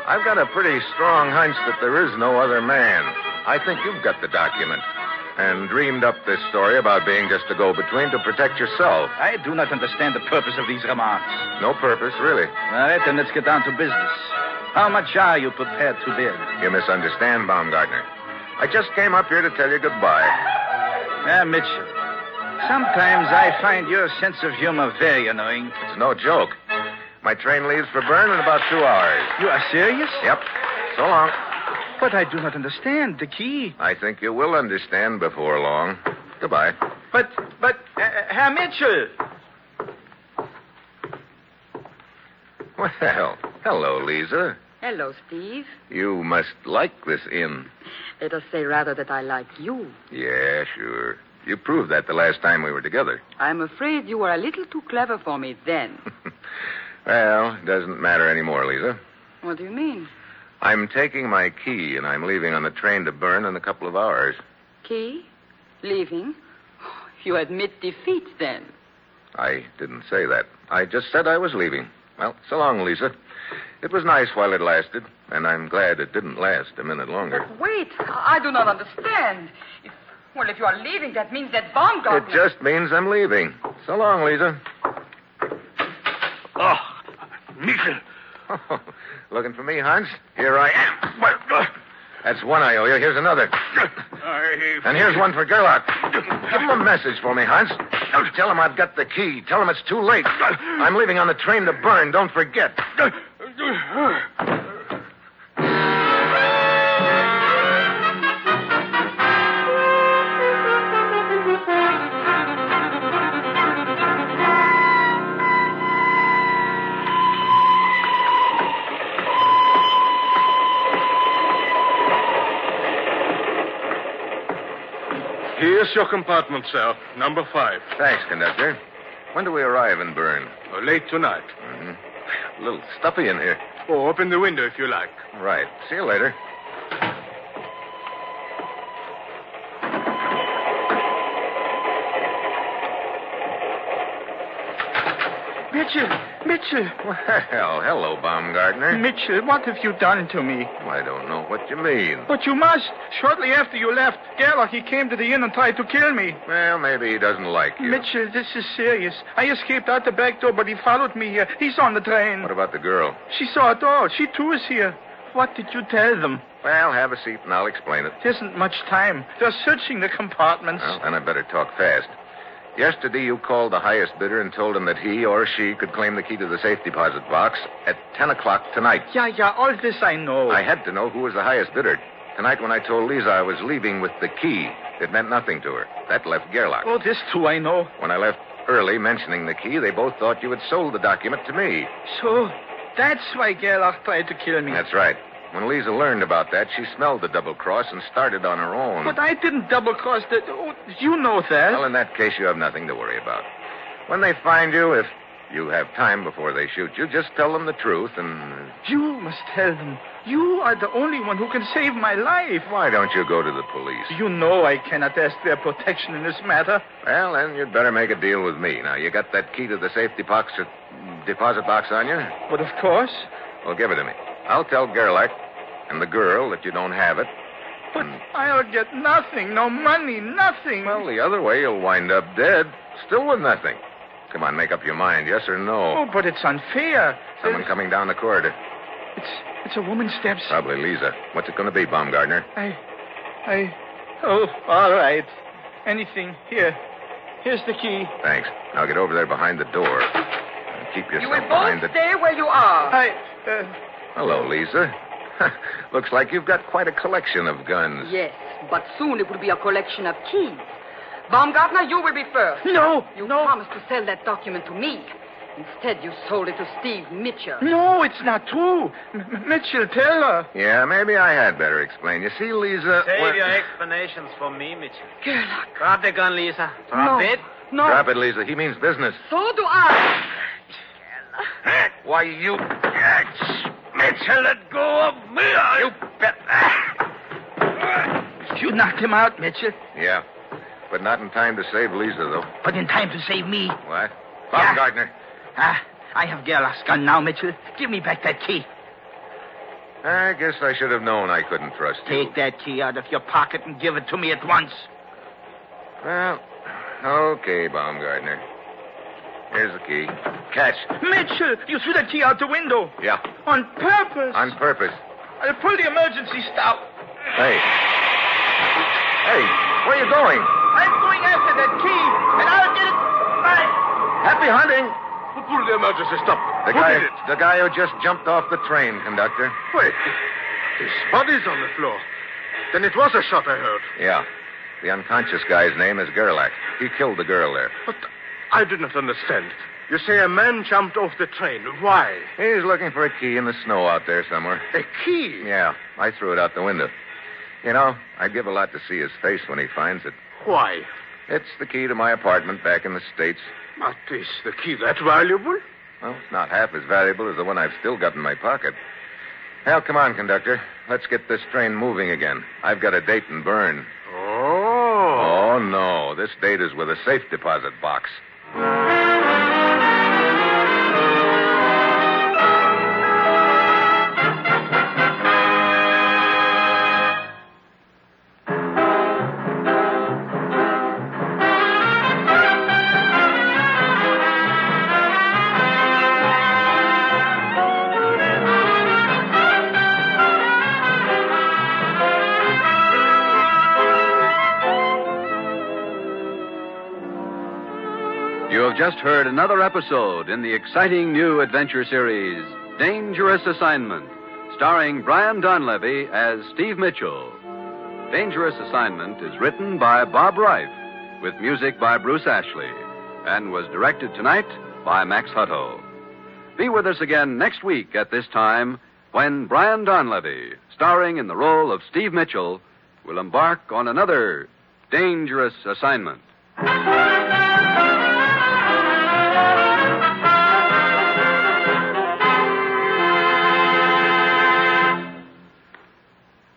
[SPEAKER 3] I've got a pretty strong hunch that there is no other man. I think you've got the document and dreamed up this story about being just a go between to protect yourself.
[SPEAKER 7] I do not understand the purpose of these remarks.
[SPEAKER 3] No purpose, really.
[SPEAKER 7] All right, then let's get down to business. How much are you prepared to bid?
[SPEAKER 3] You misunderstand, Baumgartner. I just came up here to tell you goodbye.
[SPEAKER 7] Ah, Mitchell. Sometimes I find your sense of humor very annoying.
[SPEAKER 3] It's no joke. My train leaves for Bern in about two hours.
[SPEAKER 7] You are serious?
[SPEAKER 3] Yep. So long.
[SPEAKER 7] But I do not understand the key.
[SPEAKER 3] I think you will understand before long. Goodbye.
[SPEAKER 7] But, but, uh, Herr Mitchell.
[SPEAKER 3] Well, hello, Lisa.
[SPEAKER 6] Hello, Steve.
[SPEAKER 3] You must like this inn.
[SPEAKER 6] Let us say rather that I like you.
[SPEAKER 3] Yeah, sure. You proved that the last time we were together.
[SPEAKER 6] I'm afraid you were a little too clever for me
[SPEAKER 3] <laughs>
[SPEAKER 6] then.
[SPEAKER 3] Well, doesn't matter anymore, Lisa.
[SPEAKER 6] What do you mean?
[SPEAKER 3] I'm taking my key and I'm leaving on the train to Bern in a couple of hours.
[SPEAKER 6] Key? Leaving? <sighs> You admit defeat then.
[SPEAKER 3] I didn't say that. I just said I was leaving. Well, so long, Lisa. It was nice while it lasted, and I'm glad it didn't last a minute longer.
[SPEAKER 6] Wait, I I do not understand. If, well, if you are leaving, that means that Baumgartner...
[SPEAKER 3] It just means I'm leaving. So long, Lisa.
[SPEAKER 2] Oh, Mitchell.
[SPEAKER 3] Oh, Looking for me, Hans? Here I am. Well, uh, That's one I owe you. Here's another.
[SPEAKER 2] I...
[SPEAKER 3] And here's one for Gerlach. Give him a message for me, Hans. Tell him I've got the key. Tell him it's too late. I'm leaving on the train to Bern. Don't forget.
[SPEAKER 2] Here's your compartment, sir. Number five. Oh,
[SPEAKER 3] Thanks, conductor. When do we arrive in Bern?
[SPEAKER 2] late tonight.
[SPEAKER 3] A Mm-hmm. little stuffy in here.
[SPEAKER 2] Oh, open the window if you like.
[SPEAKER 3] Right. See you later.
[SPEAKER 7] Mitchell, Mitchell,
[SPEAKER 3] Well, hello, Baumgartner.
[SPEAKER 7] Mitchell, what have you done to me?
[SPEAKER 3] I don't know what you mean.
[SPEAKER 7] But you must. Shortly after you left, Gerlach, he came to the inn and tried to kill me.
[SPEAKER 3] Well, maybe he doesn't like you.
[SPEAKER 7] Mitchell, this is serious. I escaped out the back door, but he followed me here. He's on the train.
[SPEAKER 3] What about the girl?
[SPEAKER 7] She saw it all. She too is here. What did you tell them?
[SPEAKER 3] Well, have a seat and I'll explain it.
[SPEAKER 7] There isn't much time. They're searching the compartments.
[SPEAKER 3] Well, then I better talk fast. Yesterday, you called the highest bidder and told him that he or she could claim the key to the safe deposit box at 10 o'clock tonight.
[SPEAKER 7] Yeah, yeah, all this I know.
[SPEAKER 3] I had to know who was the highest bidder. Tonight, when I told Lisa I was leaving with the key, it meant nothing to her. That left Gerlach.
[SPEAKER 7] Oh, this too I know.
[SPEAKER 3] When I left early mentioning the key, they both thought you had sold the document to me.
[SPEAKER 7] So, that's why Gerlach tried to kill me.
[SPEAKER 3] That's right. When Lisa learned about that, she smelled the double cross and started on her own.
[SPEAKER 7] But I didn't double cross the. Oh, you know that.
[SPEAKER 3] Well, in that case, you have nothing to worry about. When they find you, if you have time before they shoot you, just tell them the truth and.
[SPEAKER 7] You must tell them. You are the only one who can save my life.
[SPEAKER 3] Why don't you go to the police?
[SPEAKER 7] You know I cannot ask their protection in this matter.
[SPEAKER 3] Well, then you'd better make a deal with me. Now, you got that key to the safety box, uh, deposit box on you?
[SPEAKER 7] But of course.
[SPEAKER 3] Well, give it to me. I'll tell Gerlach and the girl that you don't have it.
[SPEAKER 7] But I'll get nothing. No money, nothing.
[SPEAKER 3] Well, the other way, you'll wind up dead, still with nothing. Come on, make up your mind, yes or no.
[SPEAKER 7] Oh, but it's unfair.
[SPEAKER 3] Someone
[SPEAKER 7] There's-
[SPEAKER 3] coming down the corridor.
[SPEAKER 7] It's it's a woman steps.
[SPEAKER 3] Probably Lisa. What's it going to be, Baumgartner?
[SPEAKER 7] I, I. Oh, all right. Anything here. Here's the key.
[SPEAKER 3] Thanks. Now get over there behind the door. And Keep
[SPEAKER 6] You
[SPEAKER 3] yourself
[SPEAKER 6] will both
[SPEAKER 3] behind the.
[SPEAKER 6] stay where you are.
[SPEAKER 7] I. Uh,
[SPEAKER 3] Hello, Lisa. <laughs> Looks like you've got quite a collection of guns.
[SPEAKER 6] Yes, but soon it will be a collection of keys. Baumgartner, you will be first.
[SPEAKER 7] no,
[SPEAKER 6] You
[SPEAKER 7] no,
[SPEAKER 6] promised to sell that document to me. Instead, you sold it to Steve Mitchell.
[SPEAKER 7] no! It's not true. M- M- Mitchell, tell her.
[SPEAKER 3] Yeah, maybe I had better explain. You see, Lisa.
[SPEAKER 8] Save
[SPEAKER 3] when-
[SPEAKER 8] your explanations for me, Mitchell. Drop the gun, Lisa.
[SPEAKER 6] No.
[SPEAKER 8] Drop it.
[SPEAKER 6] No,
[SPEAKER 3] Drop it, Lisa. He means business.
[SPEAKER 6] so do I.
[SPEAKER 3] Why, you. Mitchell, let go of me. You bet.
[SPEAKER 7] You knocked him out, Mitchell,
[SPEAKER 3] Yeah. But not in time to save Lisa, though.
[SPEAKER 7] but in time to save me.
[SPEAKER 3] What?
[SPEAKER 7] Yeah.
[SPEAKER 3] Baumgartner.
[SPEAKER 7] Ah, I have Gerlach's gun now, Mitchell. Give me back that key.
[SPEAKER 3] I guess I should have known I couldn't trust you.
[SPEAKER 7] Take that key out of your pocket and give it to me at once.
[SPEAKER 3] Well, okay, Baumgartner. Here's the key. Catch.
[SPEAKER 7] Mitchell, you threw that key out the window.
[SPEAKER 3] Yeah,
[SPEAKER 7] On purpose.
[SPEAKER 3] on purpose.
[SPEAKER 7] I'll pull the emergency stop.
[SPEAKER 3] Hey. Hey, where are you going?
[SPEAKER 7] I'm going after that key, and I'll get it back.
[SPEAKER 3] Happy hunting.
[SPEAKER 2] Who pulled the emergency stop?
[SPEAKER 3] The guy, the guy who just jumped off the train, conductor.
[SPEAKER 2] Wait. His body's on the floor. Then it was a shot I heard.
[SPEAKER 3] Yeah. The unconscious guy's name is Gerlach. He killed the girl there.
[SPEAKER 2] But I did not understand.
[SPEAKER 5] You say a man jumped off the train. Why?
[SPEAKER 3] He's looking for a key in the snow out there somewhere.
[SPEAKER 5] A key.
[SPEAKER 3] Yeah, I threw it out the window. You know, I'd give a lot to see his face when he finds it.
[SPEAKER 5] Why?
[SPEAKER 3] It's the key to my apartment back in the States.
[SPEAKER 5] But is the key that valuable?
[SPEAKER 3] Well, it's not half as valuable as the one I've still got in my pocket. Well, come on, conductor. Let's get this train moving again. I've got a date in Bern.
[SPEAKER 5] Oh.
[SPEAKER 3] Oh, no. This date is with a safe deposit box.
[SPEAKER 1] You have just heard another episode in the exciting new adventure series, Dangerous Assignment, starring Brian Donlevy as Steve Mitchell. Dangerous Assignment is written by Bob Reif, with music by Bruce Ashley, and was directed tonight by Max Hutto. Be with us again next week at this time when Brian Donlevy, starring in the role of Steve Mitchell, will embark on another Dangerous Assignment.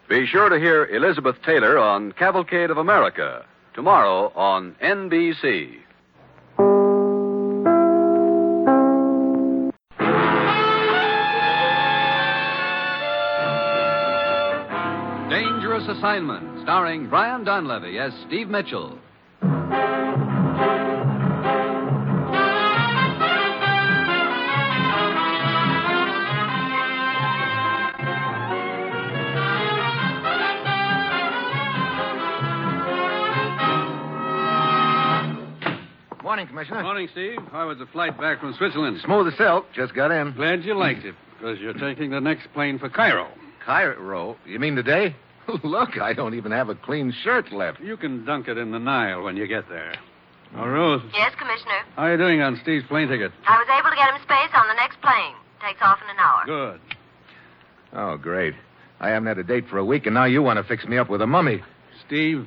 [SPEAKER 1] Be sure to hear Elizabeth Taylor on Cavalcade of America tomorrow on NBC. Dangerous Assignment, starring Brian Donlevy as Steve Mitchell.
[SPEAKER 3] morning, Commissioner.
[SPEAKER 2] Morning, Steve. How was the flight back from Switzerland?
[SPEAKER 3] Smooth as silk. Just got in.
[SPEAKER 2] Glad you liked it, because you're taking the next plane for Cairo.
[SPEAKER 3] Cairo? You mean today? <laughs> Look, I don't even have a clean shirt left.
[SPEAKER 2] You can dunk it in the Nile when you get there. Oh, Ruth,
[SPEAKER 9] Yes, Commissioner.
[SPEAKER 2] how are you doing on Steve's plane ticket?
[SPEAKER 9] I was able to get him space on the next plane. Takes off in an hour.
[SPEAKER 2] Good.
[SPEAKER 3] Oh, great. I haven't had a date for a week, and now you want to fix me up with a mummy.
[SPEAKER 2] Steve,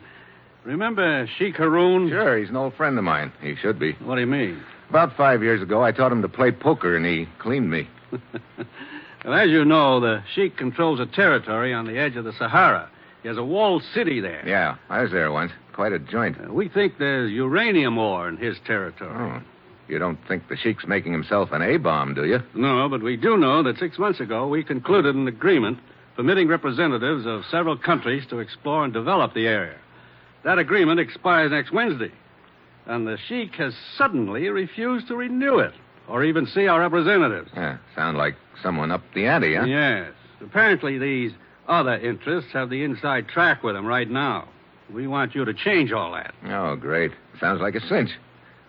[SPEAKER 2] remember Sheik Haroon?
[SPEAKER 3] Sure, he's an old friend of mine. He should be.
[SPEAKER 2] What do you mean?
[SPEAKER 3] About five years ago, I taught him to play poker, and he cleaned me.
[SPEAKER 2] Well, as you know, the Sheik controls a territory on the edge of the Sahara. He has a walled city there.
[SPEAKER 3] Yeah, I was there once. Quite a joint.
[SPEAKER 2] Uh, we think there's uranium ore in his territory.
[SPEAKER 3] Oh. You don't think the sheik's making himself an A-bomb, do you?
[SPEAKER 2] No, but we do know that six months ago we concluded an agreement permitting representatives of several countries to explore and develop the area. That agreement expires next Wednesday, and the Sheik has suddenly refused to renew it or even see our representatives.
[SPEAKER 3] Yeah, sound like someone up the ante, huh?
[SPEAKER 2] Yes. Apparently, these other interests have the inside track with them right now. We want you to change all that.
[SPEAKER 3] Oh, great. Sounds like a cinch.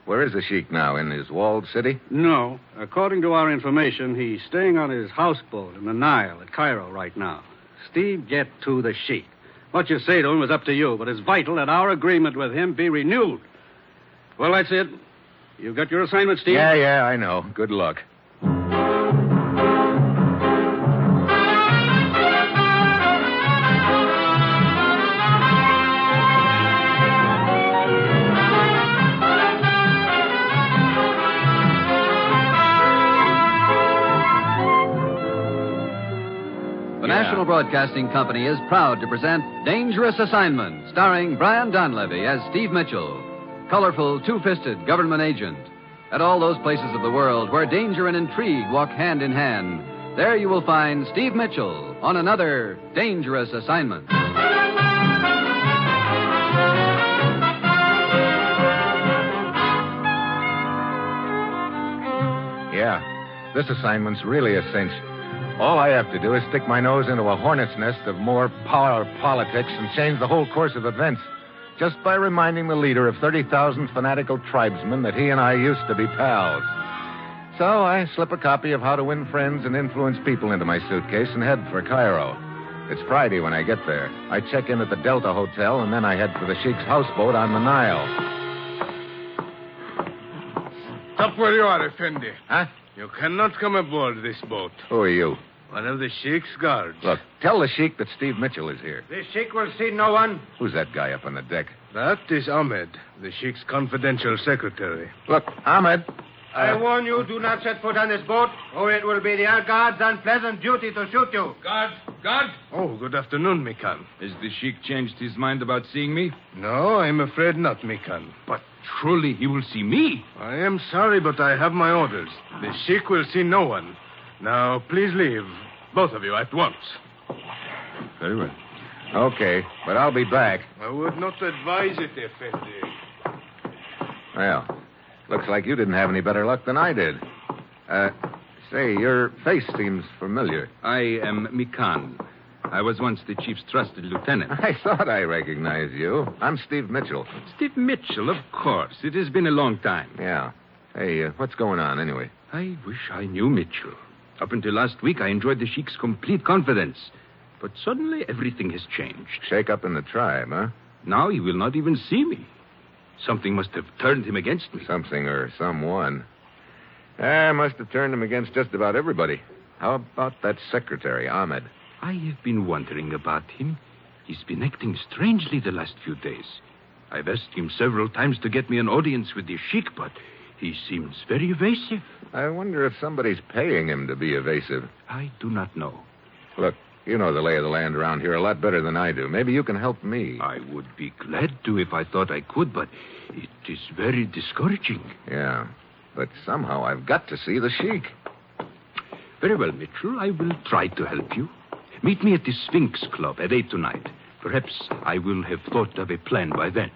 [SPEAKER 3] Where is the sheik now? In his walled city?
[SPEAKER 2] No. According to our information, he's staying on his houseboat in the Nile at Cairo right now. Steve, get to the sheik. What you say to him is up to you, but it's vital that our agreement with him be renewed. Well, that's it. You've got your assignment, Steve?
[SPEAKER 3] Yeah, yeah, I know. Good luck.
[SPEAKER 1] The National Broadcasting Company is proud to present Dangerous Assignment, starring Brian Donlevy as Steve Mitchell, colorful, two fisted government agent. At all those places of the world where danger and intrigue walk hand in hand, there you will find Steve Mitchell on another Dangerous Assignment.
[SPEAKER 3] Yeah, this assignment's really a cinch. All I have to do is stick my nose into a hornet's nest of more power politics and change the whole course of events. Just by reminding the leader of 30,000 fanatical tribesmen that he and I used to be pals. So I slip a copy of How to Win Friends and Influence People into my suitcase and head for Cairo. It's Friday when I get there. I check in at the Delta Hotel and then I head for the Sheik's houseboat on the Nile.
[SPEAKER 5] Stop where you are, Effendi.
[SPEAKER 3] Huh?
[SPEAKER 5] You cannot come aboard this boat.
[SPEAKER 3] Who are you?
[SPEAKER 5] One of the Sheikh's guards.
[SPEAKER 3] Look, tell the Sheik that Steve Mitchell is here.
[SPEAKER 5] The Sheikh will see no one.
[SPEAKER 3] Who's that guy up on the deck?
[SPEAKER 5] That is Ahmed, the Sheikh's confidential secretary.
[SPEAKER 3] Look, Ahmed.
[SPEAKER 10] I warn you, do not set foot on this boat, or it will be the air guard's unpleasant duty to shoot you.
[SPEAKER 5] Guard! Guard! Oh, good afternoon, Mikan.
[SPEAKER 11] Has the Sheik changed his mind about seeing me?
[SPEAKER 5] No, I'm afraid not, Mikan.
[SPEAKER 11] But surely he will see me.
[SPEAKER 5] I am sorry, but I have my orders. The Sheikh will see no one. Now, please leave. Both of you at once.
[SPEAKER 3] Very well. Okay, but I'll be back.
[SPEAKER 5] I would not advise it, Effendi.
[SPEAKER 3] Well, looks like you didn't have any better luck than I did. Uh, say, your face seems familiar.
[SPEAKER 11] I am Mikan. I was once the chief's trusted lieutenant.
[SPEAKER 3] I thought I recognized you. I'm Steve Mitchell.
[SPEAKER 11] Steve Mitchell, of course. It has been a long time.
[SPEAKER 3] Yeah. Hey, uh, what's going on anyway?
[SPEAKER 11] I wish I knew Mitchell. Up until last week, I enjoyed the Sheik's complete confidence. But suddenly, everything has changed.
[SPEAKER 3] Shake up in the tribe, huh?
[SPEAKER 11] Now he will not even see me. Something must have turned him against me.
[SPEAKER 3] Something or someone. I must have turned him against just about everybody. How about that secretary, Ahmed?
[SPEAKER 11] I have been wondering about him. He's been acting strangely the last few days. I've asked him several times to get me an audience with the Sheik, but he seems very evasive.
[SPEAKER 3] I wonder if somebody's paying him to be evasive.
[SPEAKER 11] I do not know.
[SPEAKER 3] Look, you know the lay of the land around here a lot better than I do. Maybe you can help me.
[SPEAKER 11] I would be glad to if I thought I could, but it is very discouraging.
[SPEAKER 3] Yeah. But somehow I've got to see the sheik.
[SPEAKER 11] Very well, Mitchell. I will try to help you. Meet me at the Sphinx Club at 8 tonight. Perhaps I will have thought of a plan by then.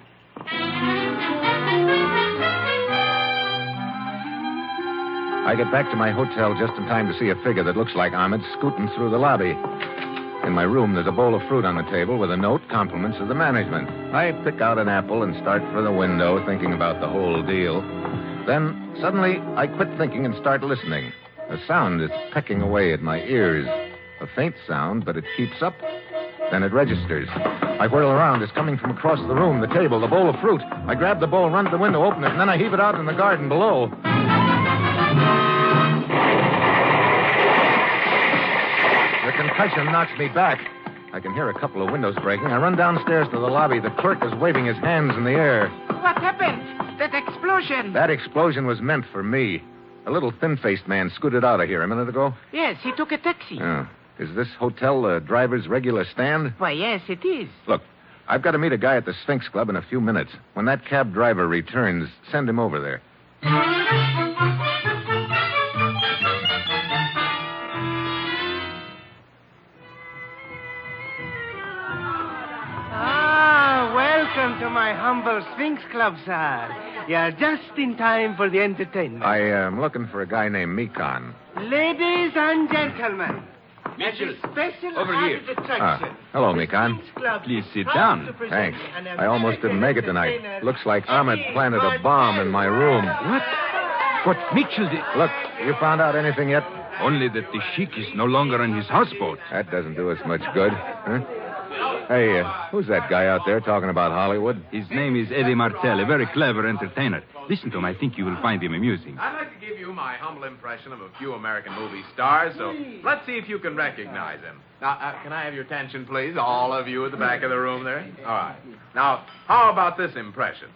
[SPEAKER 3] I get back to my hotel just in time to see a figure that looks like Ahmed scooting through the lobby. In my room, there's a bowl of fruit on the table with a note, compliments of the management. I pick out an apple and start for the window, thinking about the whole deal. Then, suddenly, I quit thinking and start listening. A sound is pecking away at my ears. A faint sound, but it keeps up. Then it registers. I whirl around. It's coming from across the room, the table, the bowl of fruit. I grab the bowl, run to the window, open it, and then I heave it out in the garden below. The concussion knocks me back. I can hear a couple of windows breaking. I run downstairs to the lobby. The clerk is waving his hands in the air.
[SPEAKER 12] What happened? That explosion.
[SPEAKER 3] That explosion was meant for me. A little thin faced man scooted out of here a minute ago.
[SPEAKER 12] Yes, he took a taxi.
[SPEAKER 3] Yeah. Is this hotel a driver's regular stand?
[SPEAKER 12] Why, yes, it is.
[SPEAKER 3] Look, I've got to meet a guy at the Sphinx Club in a few minutes. When that cab driver returns, send him over there.
[SPEAKER 5] Ah, welcome to my humble Sphinx Club, sir. You're just in time for the entertainment.
[SPEAKER 3] I am looking for a guy named Mikan.
[SPEAKER 5] Ladies and gentlemen,
[SPEAKER 11] Mitchell,
[SPEAKER 5] special
[SPEAKER 11] over
[SPEAKER 5] added
[SPEAKER 11] here.
[SPEAKER 5] attraction.
[SPEAKER 3] Ah, hello, Mikan.
[SPEAKER 11] Please sit
[SPEAKER 5] down.
[SPEAKER 3] Thanks. I almost didn't make it tonight. Looks like Ahmed planted a bomb in my room. What? What, Mitchell? Look, you found out anything yet?
[SPEAKER 11] Only that the sheik is no longer on his houseboat.
[SPEAKER 3] That doesn't do us much good. Huh? Hey, uh, who's that guy out there talking about Hollywood?
[SPEAKER 11] His name is Eddie Martel, a very clever entertainer. Listen to him. I think you will find him amusing.
[SPEAKER 13] I'd like to give you my humble impression of a few American movie stars, so let's see if you can recognize them. Now, uh, can I have your attention, please? All of you at the back of the room there? All right. Now, how about this impression?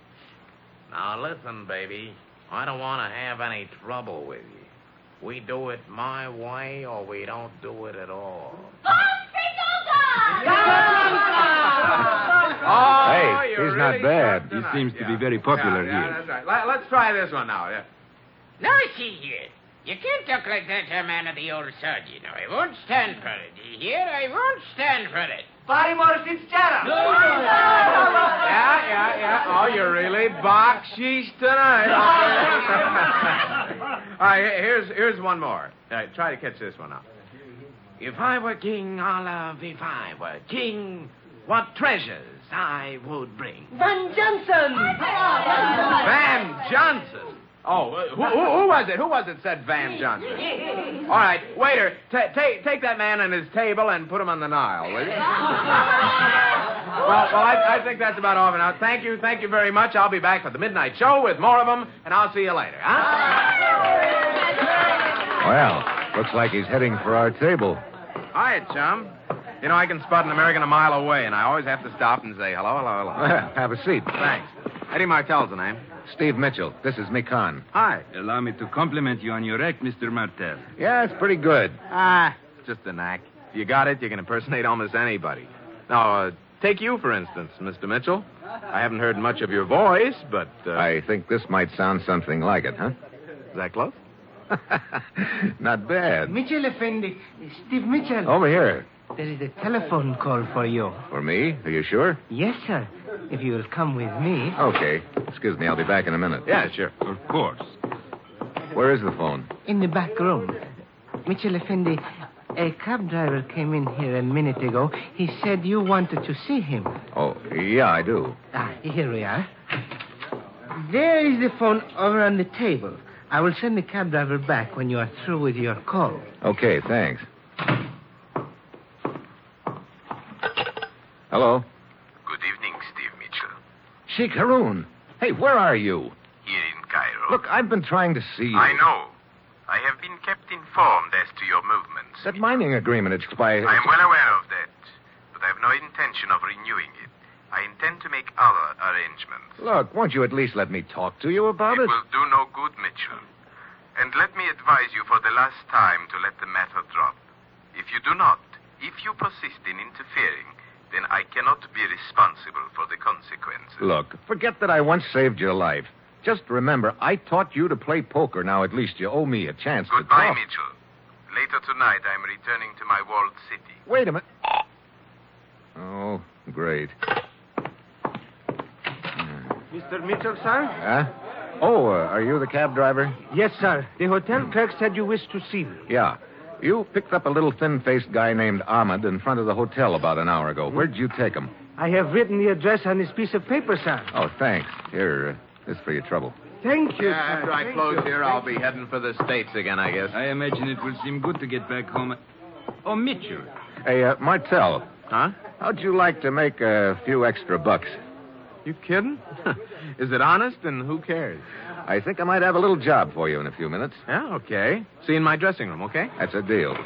[SPEAKER 14] Now listen, baby. I don't want to have any trouble with you. We do it my way or we don't do it at all.
[SPEAKER 13] Oh,
[SPEAKER 11] Hey,
[SPEAKER 13] you're
[SPEAKER 11] he's not
[SPEAKER 13] really
[SPEAKER 11] bad.
[SPEAKER 13] sharp
[SPEAKER 11] He
[SPEAKER 13] tonight.
[SPEAKER 11] seems to be very popular
[SPEAKER 13] yeah,
[SPEAKER 11] here.
[SPEAKER 13] Yeah, that's right. Let, us try this one now. Yeah.
[SPEAKER 10] Now, see here. You can't talk like that to a man of the old sod, you know. I won't stand for it. You hear? I won't stand for it.
[SPEAKER 5] Barrymore Fitzgerald.
[SPEAKER 13] Yeah, yeah, yeah. Oh, you're really bakshish tonight. All right, he- here's, here's one more. All right, try to catch this one out.
[SPEAKER 14] If I were king, Olaf, if I were king, what treasures I would bring.
[SPEAKER 12] Van Johnson.
[SPEAKER 13] Van Johnson. Oh, uh, who, who, who was it? Who was it said Van Johnson? All right, waiter, ta take take that man and his table and put him on the Nile, will you? Well, well I, I think that's about all for now. Thank you, thank you very much. I'll be back for the midnight show with more of them, and I'll see you later, huh?
[SPEAKER 3] Well, looks like he's heading for our table.
[SPEAKER 13] Hiya, chum. You know, I can spot an American a mile away, and I always have to stop and say hello, hello,
[SPEAKER 3] <laughs>
[SPEAKER 13] hello.
[SPEAKER 3] Have a seat.
[SPEAKER 13] Thanks. Eddie Martel's the name.
[SPEAKER 3] Steve Mitchell. This is Mikan.
[SPEAKER 13] Hi.
[SPEAKER 11] Allow me to compliment you on your act, Mr. Martel.
[SPEAKER 3] Yeah, it's pretty good.
[SPEAKER 13] Ah, it's just a knack. If you got it, you can impersonate almost anybody. Now, uh, take you, for instance, Mr. Mitchell. I haven't heard much of your voice, but. Uh...
[SPEAKER 3] I think this might sound something like it, huh?
[SPEAKER 13] Is that close?
[SPEAKER 3] <laughs> Not bad.
[SPEAKER 12] Mitchell Effendi. Steve Mitchell.
[SPEAKER 3] Over here.
[SPEAKER 12] There is a telephone call for you.
[SPEAKER 3] For me? Are you sure?
[SPEAKER 12] Yes, sir. If you'll come with me.
[SPEAKER 3] Okay. Excuse me, I'll be back in a minute.
[SPEAKER 13] Yeah, sure.
[SPEAKER 11] Of course.
[SPEAKER 3] Where is the phone?
[SPEAKER 12] In the back room. Mitchell Effendi, a cab driver came in here a minute ago. He said you wanted to see him.
[SPEAKER 3] Oh, yeah, I do.
[SPEAKER 12] Ah, here we are. There is the phone over on the table. I will send the cab driver back when you are through with your call.
[SPEAKER 3] Okay, thanks. Hello?
[SPEAKER 15] Good evening, Steve Mitchell.
[SPEAKER 3] Sheikh Haroon. Hey, where are you?
[SPEAKER 15] Here in Cairo.
[SPEAKER 3] Look, I've been trying to see you.
[SPEAKER 15] I know. I have been kept informed as to your movements.
[SPEAKER 3] That mining agreement
[SPEAKER 13] Eh,
[SPEAKER 3] expires.
[SPEAKER 15] I am well aware of that, but I have no intention of renewing it. I intend to make other arrangements.
[SPEAKER 3] Look, won't you at least let me talk to you about it?
[SPEAKER 15] It will do no good, Mitchell. And let me advise you for the last time to let the matter drop. If you do not, if you persist in interfering, then I cannot be responsible for the consequences.
[SPEAKER 3] Look, forget that I once saved your life. Just remember, I taught you to play poker. Now at least you owe me a chance to
[SPEAKER 15] Goodbye,
[SPEAKER 3] talk.
[SPEAKER 15] Mitchell. Later tonight, I'm returning to my walled city.
[SPEAKER 3] Wait a minute. Oh, great.
[SPEAKER 5] Mr. Mitchell, sir?
[SPEAKER 3] Huh? Oh, uh, are you the cab driver?
[SPEAKER 5] Yes, sir. The hotel clerk said you wished to see me.
[SPEAKER 3] Yeah. You picked up a little thin faced guy named Ahmed in front of the hotel about an hour ago. Where'd you take him?
[SPEAKER 5] I have written the address on this piece of paper, sir.
[SPEAKER 3] Oh, thanks. Here, uh, this for your trouble.
[SPEAKER 5] Thank you.
[SPEAKER 15] Yeah, after
[SPEAKER 5] sir.
[SPEAKER 15] I
[SPEAKER 5] Thank
[SPEAKER 15] close
[SPEAKER 5] you.
[SPEAKER 15] here, I'll be heading for the States again, I guess.
[SPEAKER 16] I imagine it will seem good to get back home. Oh, Mitchell.
[SPEAKER 3] Hey, uh, Martel.
[SPEAKER 15] Huh?
[SPEAKER 3] How'd you like to make a few extra bucks?
[SPEAKER 15] You kidding? <laughs> Is it honest and who cares?
[SPEAKER 3] I think I might have a little job for you in a few minutes.
[SPEAKER 15] Yeah, okay. See you in my dressing room, okay?
[SPEAKER 3] That's a deal.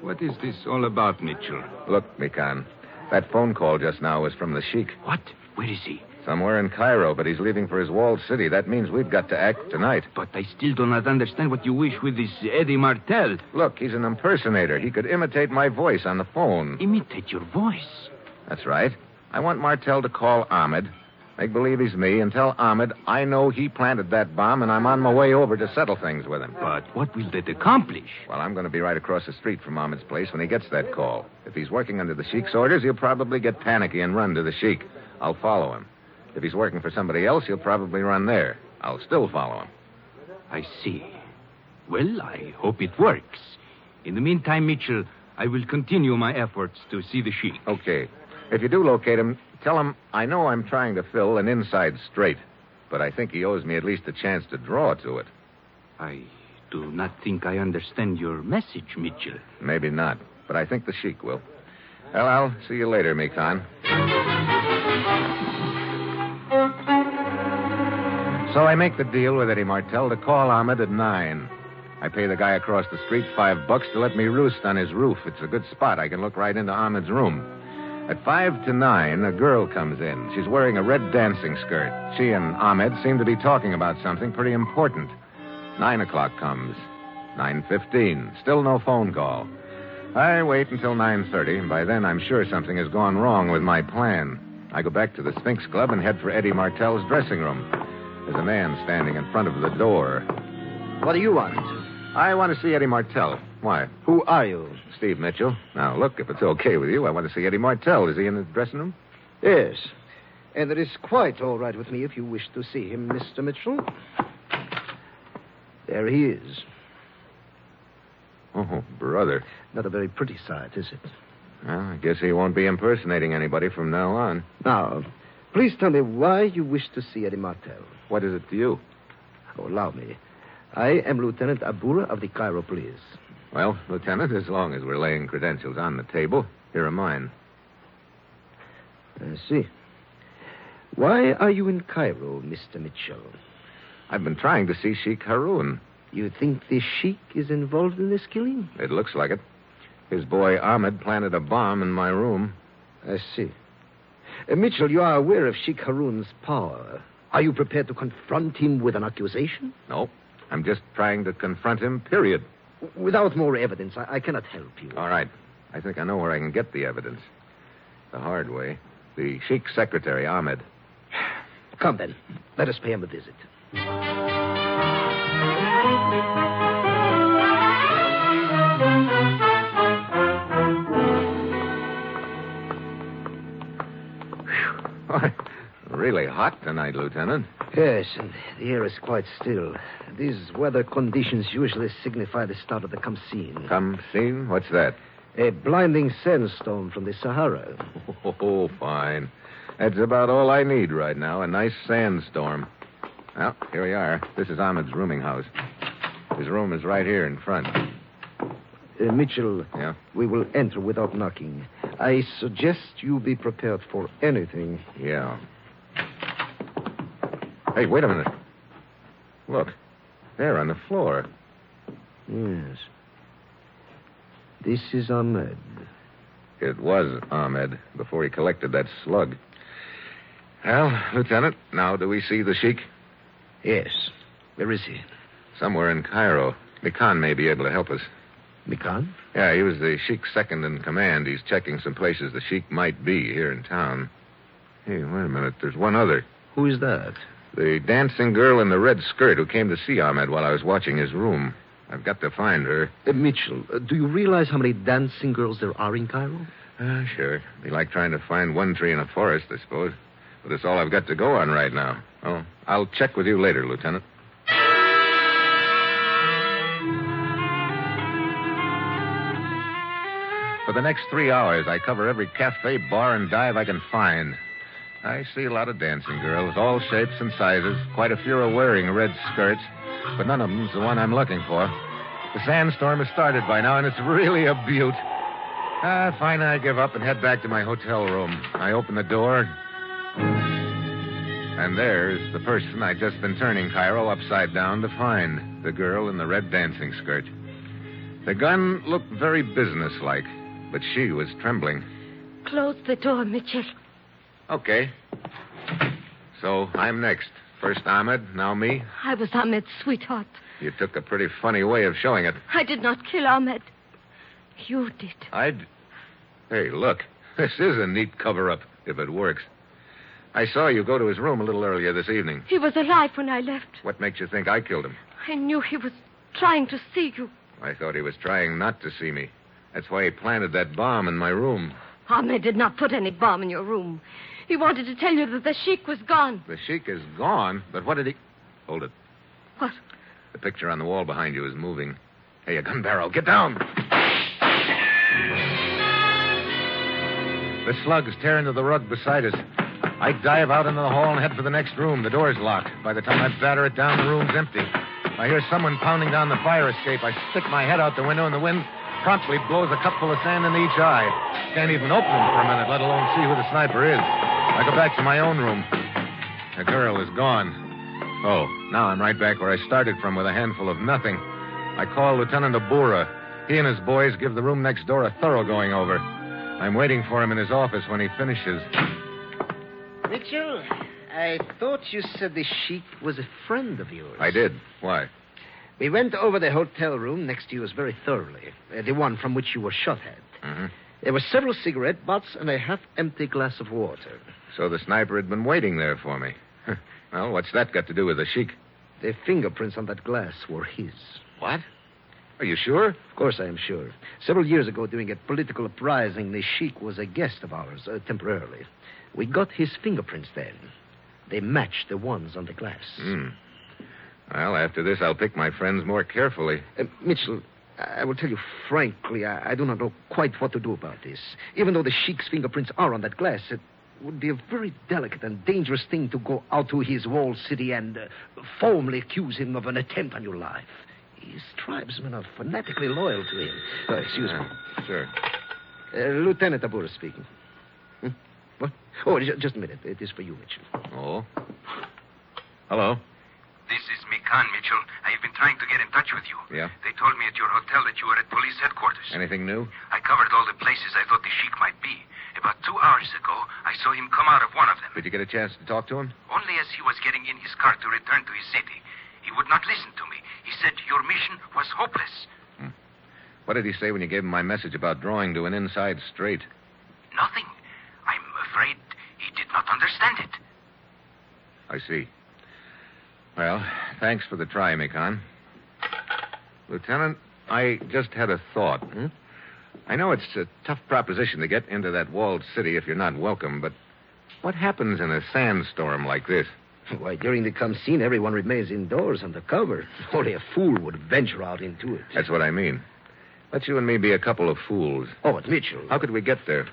[SPEAKER 11] What is this all about, Mitchell?
[SPEAKER 3] Look, Mikan, that phone call just now was from the Sheik.
[SPEAKER 11] What? Where is he?
[SPEAKER 3] Somewhere in Cairo, but he's leaving for his walled city. That means we've got to act tonight.
[SPEAKER 11] But I still do not understand what you wish with this Eddie Martel.
[SPEAKER 3] Look, he's an impersonator. He could imitate my voice on the phone.
[SPEAKER 11] Imitate your voice?
[SPEAKER 3] That's right. I want Martel to call Ahmed, make believe he's me, and tell Ahmed I know he planted that bomb and I'm on my way over to settle things with him.
[SPEAKER 11] But what will that accomplish?
[SPEAKER 3] Well, I'm going to be right across the street from Ahmed's place when he gets that call. If he's working under the Sheik's orders, he'll probably get panicky and run to the Sheik. I'll follow him. If he's working for somebody else, he'll probably run there. I'll still follow him.
[SPEAKER 11] I see. Well, I hope it works. In the meantime, Mitchell, I will continue my efforts to see the sheik.
[SPEAKER 3] Okay. If you do locate him, tell him I know I'm trying to fill an inside straight, but I think he owes me at least a chance to draw to it.
[SPEAKER 11] I do not think I understand your message, Mitchell.
[SPEAKER 3] Maybe not, but I think the Sheik will. Well, I'll see you later, Mikan. So I make the deal with Eddie Martell to call Ahmed at nine. I pay the guy across the street five bucks to let me roost on his roof. It's a good spot. I can look right into Ahmed's room. At five to nine, a girl comes in. She's wearing a red dancing skirt. She and Ahmed seem to be talking about something pretty important. Nine o'clock comes. 9.15. Still no phone call. I wait until 9.30, and by then I'm sure something has gone wrong with my plan. I go back to the Sphinx Club and head for Eddie Martell's dressing room. There's a man standing in front of the door.
[SPEAKER 17] What do you want?
[SPEAKER 3] I want to see Eddie Martell. Why?
[SPEAKER 17] Who are you?
[SPEAKER 3] Steve Mitchell. Now, look, if it's okay with you, I want to see Eddie Martell. Is he in the dressing room?
[SPEAKER 17] Yes. And it is quite all right with me if you wish to see him, Mr. Mitchell. There he is.
[SPEAKER 3] Oh, brother.
[SPEAKER 17] Not a very pretty sight, is it?
[SPEAKER 3] Well, I guess he won't be impersonating anybody from now on.
[SPEAKER 17] Now, please tell me why you wish to see Eddie Martel.
[SPEAKER 3] What is it to you?
[SPEAKER 17] Oh, allow me. I am Lieutenant Abura of the Cairo Police.
[SPEAKER 3] Well, Lieutenant, as long as we're laying credentials on the table, here are mine.
[SPEAKER 17] I see. Why are you in Cairo, Mr. Mitchell?
[SPEAKER 3] I've been trying to see Sheikh Haroun.
[SPEAKER 17] You think the Sheik is involved in this killing?
[SPEAKER 3] It looks like it. His boy Ahmed planted a bomb in my room.
[SPEAKER 17] I see. Uh, Mitchell, you are aware of Sheikh Harun's power. Are you prepared to confront him with an accusation?
[SPEAKER 3] No, I'm just trying to confront him, period.
[SPEAKER 17] W- Without more evidence, I, I cannot help you.
[SPEAKER 3] All right. I think I know where I can get the evidence. The hard way. The Sheikh's secretary, Ahmed.
[SPEAKER 17] Come then. Let us pay him a visit.
[SPEAKER 3] really hot tonight, Lieutenant.
[SPEAKER 17] Yes, and the air is quite still. These weather conditions usually signify the start of the Kamsin.
[SPEAKER 3] Come, scene? Hmm, What's that?
[SPEAKER 17] A blinding sandstorm from the Sahara.
[SPEAKER 3] Oh, fine. That's about all I need right now a nice sandstorm. Well, here we are. This is Ahmed's rooming house. His room is right here in front.
[SPEAKER 17] Uh, Mitchell,
[SPEAKER 3] Yeah?
[SPEAKER 17] we will enter without knocking. I suggest you be prepared for anything.
[SPEAKER 3] Yeah. Hey, wait a minute. Look. There on the floor.
[SPEAKER 17] Yes. This is Ahmed.
[SPEAKER 3] It was Ahmed before he collected that slug. Well, Lieutenant, now do we see the Sheik?
[SPEAKER 17] Yes. Where is he?
[SPEAKER 3] Somewhere in Cairo. Mikan may be able to help us.
[SPEAKER 17] Mikan?
[SPEAKER 3] Yeah, he was the Sheik's second in command. He's checking some places the Sheik might be here in town. Hey, wait a minute. There's one other.
[SPEAKER 17] Who is that?
[SPEAKER 3] The dancing girl in the red skirt who came to see Ahmed while I was watching his room. I've got to find her.
[SPEAKER 17] Uh, Mitchell, uh, do you realize how many dancing girls there are in Cairo?
[SPEAKER 3] Ah, sure. Be like trying to find one tree in a forest, I suppose. But it's all I've got to go on right now. Oh, I'll check with you later, Lieutenant. For the next three hours, I cover every cafe, bar, and dive I can find. I see a lot of dancing girls, all shapes and sizes. Quite a few are wearing red skirts, but none of them's the one I'm looking for. The sandstorm has started by now, and it's really a beaut. Ah, fine, I give up and head back to my hotel room. I open the door, and there's the person I'd just been turning Cairo upside down to find the girl in the red dancing skirt. The gun looked very businesslike, but she was trembling.
[SPEAKER 9] Close the door, Mitchell.
[SPEAKER 3] Okay. So I'm next. First Ahmed, now me.
[SPEAKER 9] I was Ahmed's sweetheart.
[SPEAKER 3] You took a pretty funny way of showing it.
[SPEAKER 9] I did not kill Ahmed. You did.
[SPEAKER 3] I'd. Hey, look. <laughs> This is a neat cover up, if it works. I saw you go to his room a little earlier this evening.
[SPEAKER 9] He was alive when I left.
[SPEAKER 3] What makes you think I killed him?
[SPEAKER 9] I knew he was trying to see you.
[SPEAKER 3] I thought he was trying not to see me. That's why he planted that bomb in my room.
[SPEAKER 9] Ahmed did not put any bomb in your room. He wanted to tell you that the sheik was gone.
[SPEAKER 3] The sheik is gone, but what did he. Hold it.
[SPEAKER 9] What?
[SPEAKER 3] The picture on the wall behind you is moving. Hey, a gun barrel, get down! The slugs tear into the rug beside us. I dive out into the hall and head for the next room. The door's locked. By the time I batter it down, the room's empty. I hear someone pounding down the fire escape. I stick my head out the window, and the wind promptly blows a cupful of sand into each eye. Can't even open them for a minute, let alone see who the sniper is. I go back to my own room. The girl is gone. Oh, now I'm right back where I started from with a handful of nothing. I call Lieutenant Abura. He and his boys give the room next door a thorough going over. I'm waiting for him in his office when he finishes.
[SPEAKER 17] Mitchell, I thought you said the sheik was a friend of yours.
[SPEAKER 3] I did. Why?
[SPEAKER 17] We went over the hotel room next to yours very thoroughly, uh, the one from which you were shot at.
[SPEAKER 3] Mm-hmm.
[SPEAKER 17] There were several cigarette butts and a half empty glass of water.
[SPEAKER 3] So the sniper had been waiting there for me. <laughs> well, what's that got to do with the sheik?
[SPEAKER 17] The fingerprints on that glass were his.
[SPEAKER 3] What? Are you sure?
[SPEAKER 17] Of course I am sure. Several years ago, during a political uprising, the sheik was a guest of ours, uh, temporarily. We got his fingerprints then. They matched the ones on the glass.
[SPEAKER 3] Hmm. Well, after this, I'll pick my friends more carefully.
[SPEAKER 17] Uh, Mitchell, I will tell you frankly, I, I do not know quite what to do about this. Even though the sheik's fingerprints are on that glass, it would be a very delicate and dangerous thing to go out to his walled city and uh, formally accuse him of an attempt on your life. His tribesmen are fanatically loyal to him. Uh, excuse me.
[SPEAKER 3] Sure.
[SPEAKER 17] Uh, Lieutenant Abura speaking. Hmm? What? Oh, ju- just a minute. It is for you, Mitchell.
[SPEAKER 3] Oh. Hello.
[SPEAKER 11] This is Mikan, Mitchell. I have been trying to get in touch with you.
[SPEAKER 3] Yeah.
[SPEAKER 11] They told me at your hotel that you were at police headquarters.
[SPEAKER 3] Anything new?
[SPEAKER 11] I covered all the places I thought the sheik might be. About two hours ago, I saw him come out of one of them,
[SPEAKER 3] Did you get a chance to talk to him?
[SPEAKER 11] only as he was getting in his car to return to his city. He would not listen to me. He said your mission was hopeless.
[SPEAKER 3] What did he say when you gave him my message about drawing to an inside straight?
[SPEAKER 11] Nothing. I'm afraid he did not understand it.
[SPEAKER 3] I see. Well, thanks for the try, Mikan. Lieutenant, I just had a thought. Hmm? I know it's a tough proposition to get into that walled city if you're not welcome, but what happens in a sandstorm like this?
[SPEAKER 17] Why, during the Kamsin, everyone remains indoors under cover. Only a fool would venture out into it.
[SPEAKER 3] That's what I mean. Let you and me be a couple of fools.
[SPEAKER 17] Oh, but Mitchell.
[SPEAKER 3] How could we get there?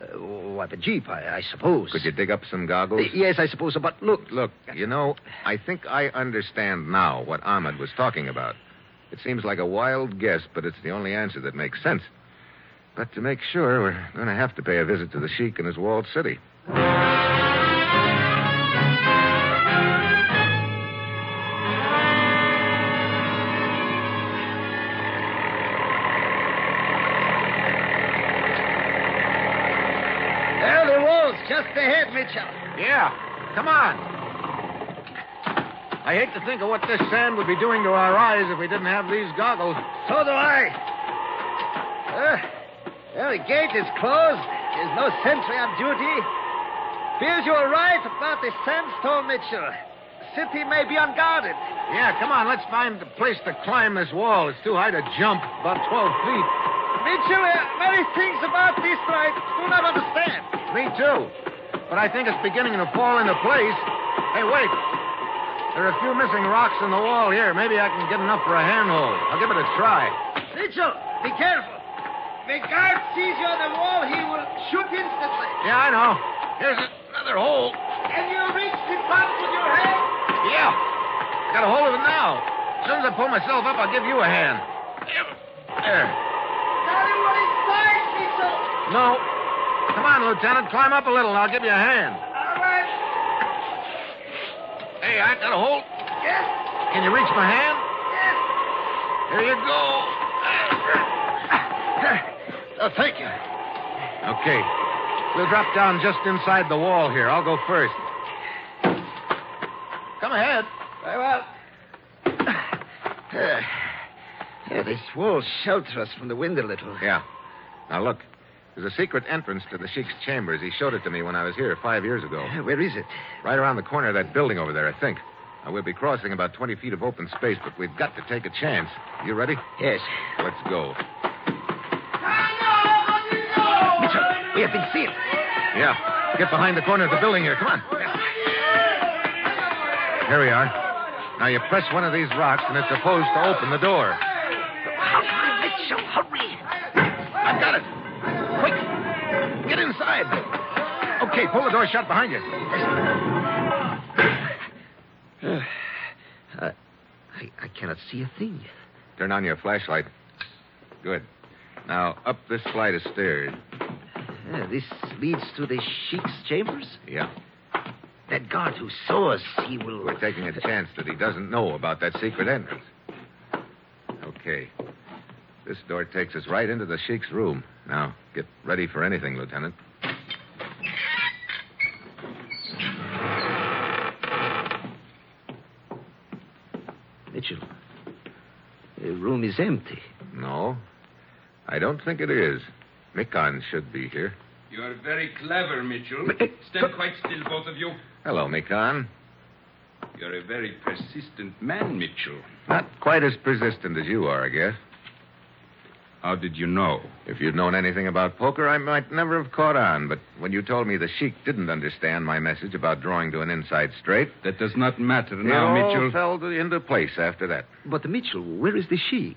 [SPEAKER 17] Uh, why, the jeep, I, I suppose.
[SPEAKER 3] Could you dig up some goggles?
[SPEAKER 17] Uh, yes, I suppose so, but look.
[SPEAKER 3] Look, you know, I think I understand now what Ahmed was talking about. It seems like a wild guess, but it's the only answer that makes sense. But to make sure, we're going to have to pay a visit to the Sheik in his walled city.
[SPEAKER 10] There are the walls just ahead, Mitchell.
[SPEAKER 18] Yeah. Come on. I hate to think of what this sand would be doing to our eyes if we didn't have these goggles.
[SPEAKER 10] So do I. Uh, well, the gate is closed. There's no sentry on duty. Feels you are right about the sandstorm, Mitchell. City may be unguarded.
[SPEAKER 18] Yeah, come on. Let's find a place to climb this wall. It's too high to jump, about 12 feet.
[SPEAKER 10] Mitchell, uh, many things about this I do not understand.
[SPEAKER 18] Me too. But I think it's beginning to fall into place. Hey, wait. There are a few missing rocks in the wall here. Maybe I can get enough for a handhold. I'll give it a try.
[SPEAKER 10] Mitchell, be careful. The guard sees you on the wall, he will shoot instantly.
[SPEAKER 3] Yeah, I know. Here's another hole.
[SPEAKER 10] And you reach the pot with your hand?
[SPEAKER 3] Yeah. Got a hold of it now. As soon as I pull myself up, I'll give you a hand. There.
[SPEAKER 10] Tell him what he's trying, Cecil.
[SPEAKER 3] No. Come on, Lieutenant. Climb up a little, and I'll give you a hand.
[SPEAKER 10] All right.
[SPEAKER 3] Hey, I got a hold.
[SPEAKER 10] Yes,
[SPEAKER 3] Can you reach my hand?
[SPEAKER 10] yes.
[SPEAKER 3] Here you go.
[SPEAKER 10] Uh,
[SPEAKER 3] Oh, thank you. Okay. We'll drop down just inside the wall here. I'll go first. Come ahead.
[SPEAKER 10] Very well.
[SPEAKER 3] Yeah.
[SPEAKER 10] Yeah, this wall shelters us from the wind a little.
[SPEAKER 3] Yeah. Now look. There's a secret entrance to the Sheik's chambers. He showed it to me when I was here five years ago.
[SPEAKER 10] Where is it?
[SPEAKER 3] Right around the corner of that building over there, I think. Now, we'll be crossing about 20 feet of open space, but we've got to take a chance. You ready?
[SPEAKER 10] Yes.
[SPEAKER 3] Let's go.
[SPEAKER 10] Mitchell, we have been seen.
[SPEAKER 3] Yeah. Get behind the corner of the building here. Come on. Here we are. Now you press one of these rocks, and it's supposed to open the door.
[SPEAKER 19] Hurry, Mitchell, hurry.
[SPEAKER 3] I've got it. Quick. Get inside. Okay, pull the door shut behind you.
[SPEAKER 17] I, Uh, I, I cannot see a thing.
[SPEAKER 3] Turn on your flashlight. Good. Now, up this flight of stairs.
[SPEAKER 17] Ah, this leads to the sheik's chambers?
[SPEAKER 3] Yeah.
[SPEAKER 17] That guard who saw us, he will.
[SPEAKER 3] We're taking a chance that he doesn't know about that secret entrance. Okay. This door takes us right into the Sheik's room. Now, get ready for anything, Lieutenant.
[SPEAKER 17] Mitchell, the room is empty.
[SPEAKER 3] No, I don't think it is. Mikan should be here.
[SPEAKER 11] You are very clever, Mitchell. Stand quite still, both of you.
[SPEAKER 3] Hello, Mikan.
[SPEAKER 11] You're a very persistent man, Mitchell.
[SPEAKER 3] Not quite as persistent as you are, I guess.
[SPEAKER 11] How did you know?
[SPEAKER 3] If you'd known anything about poker, I might never have caught on. But when you told me the Sheik didn't understand my message about drawing to an inside straight,
[SPEAKER 11] That does not matter
[SPEAKER 3] it
[SPEAKER 11] now,
[SPEAKER 3] all
[SPEAKER 11] Mitchell.
[SPEAKER 3] fell to- into place after that.
[SPEAKER 17] But, Mitchell, where is the sheik?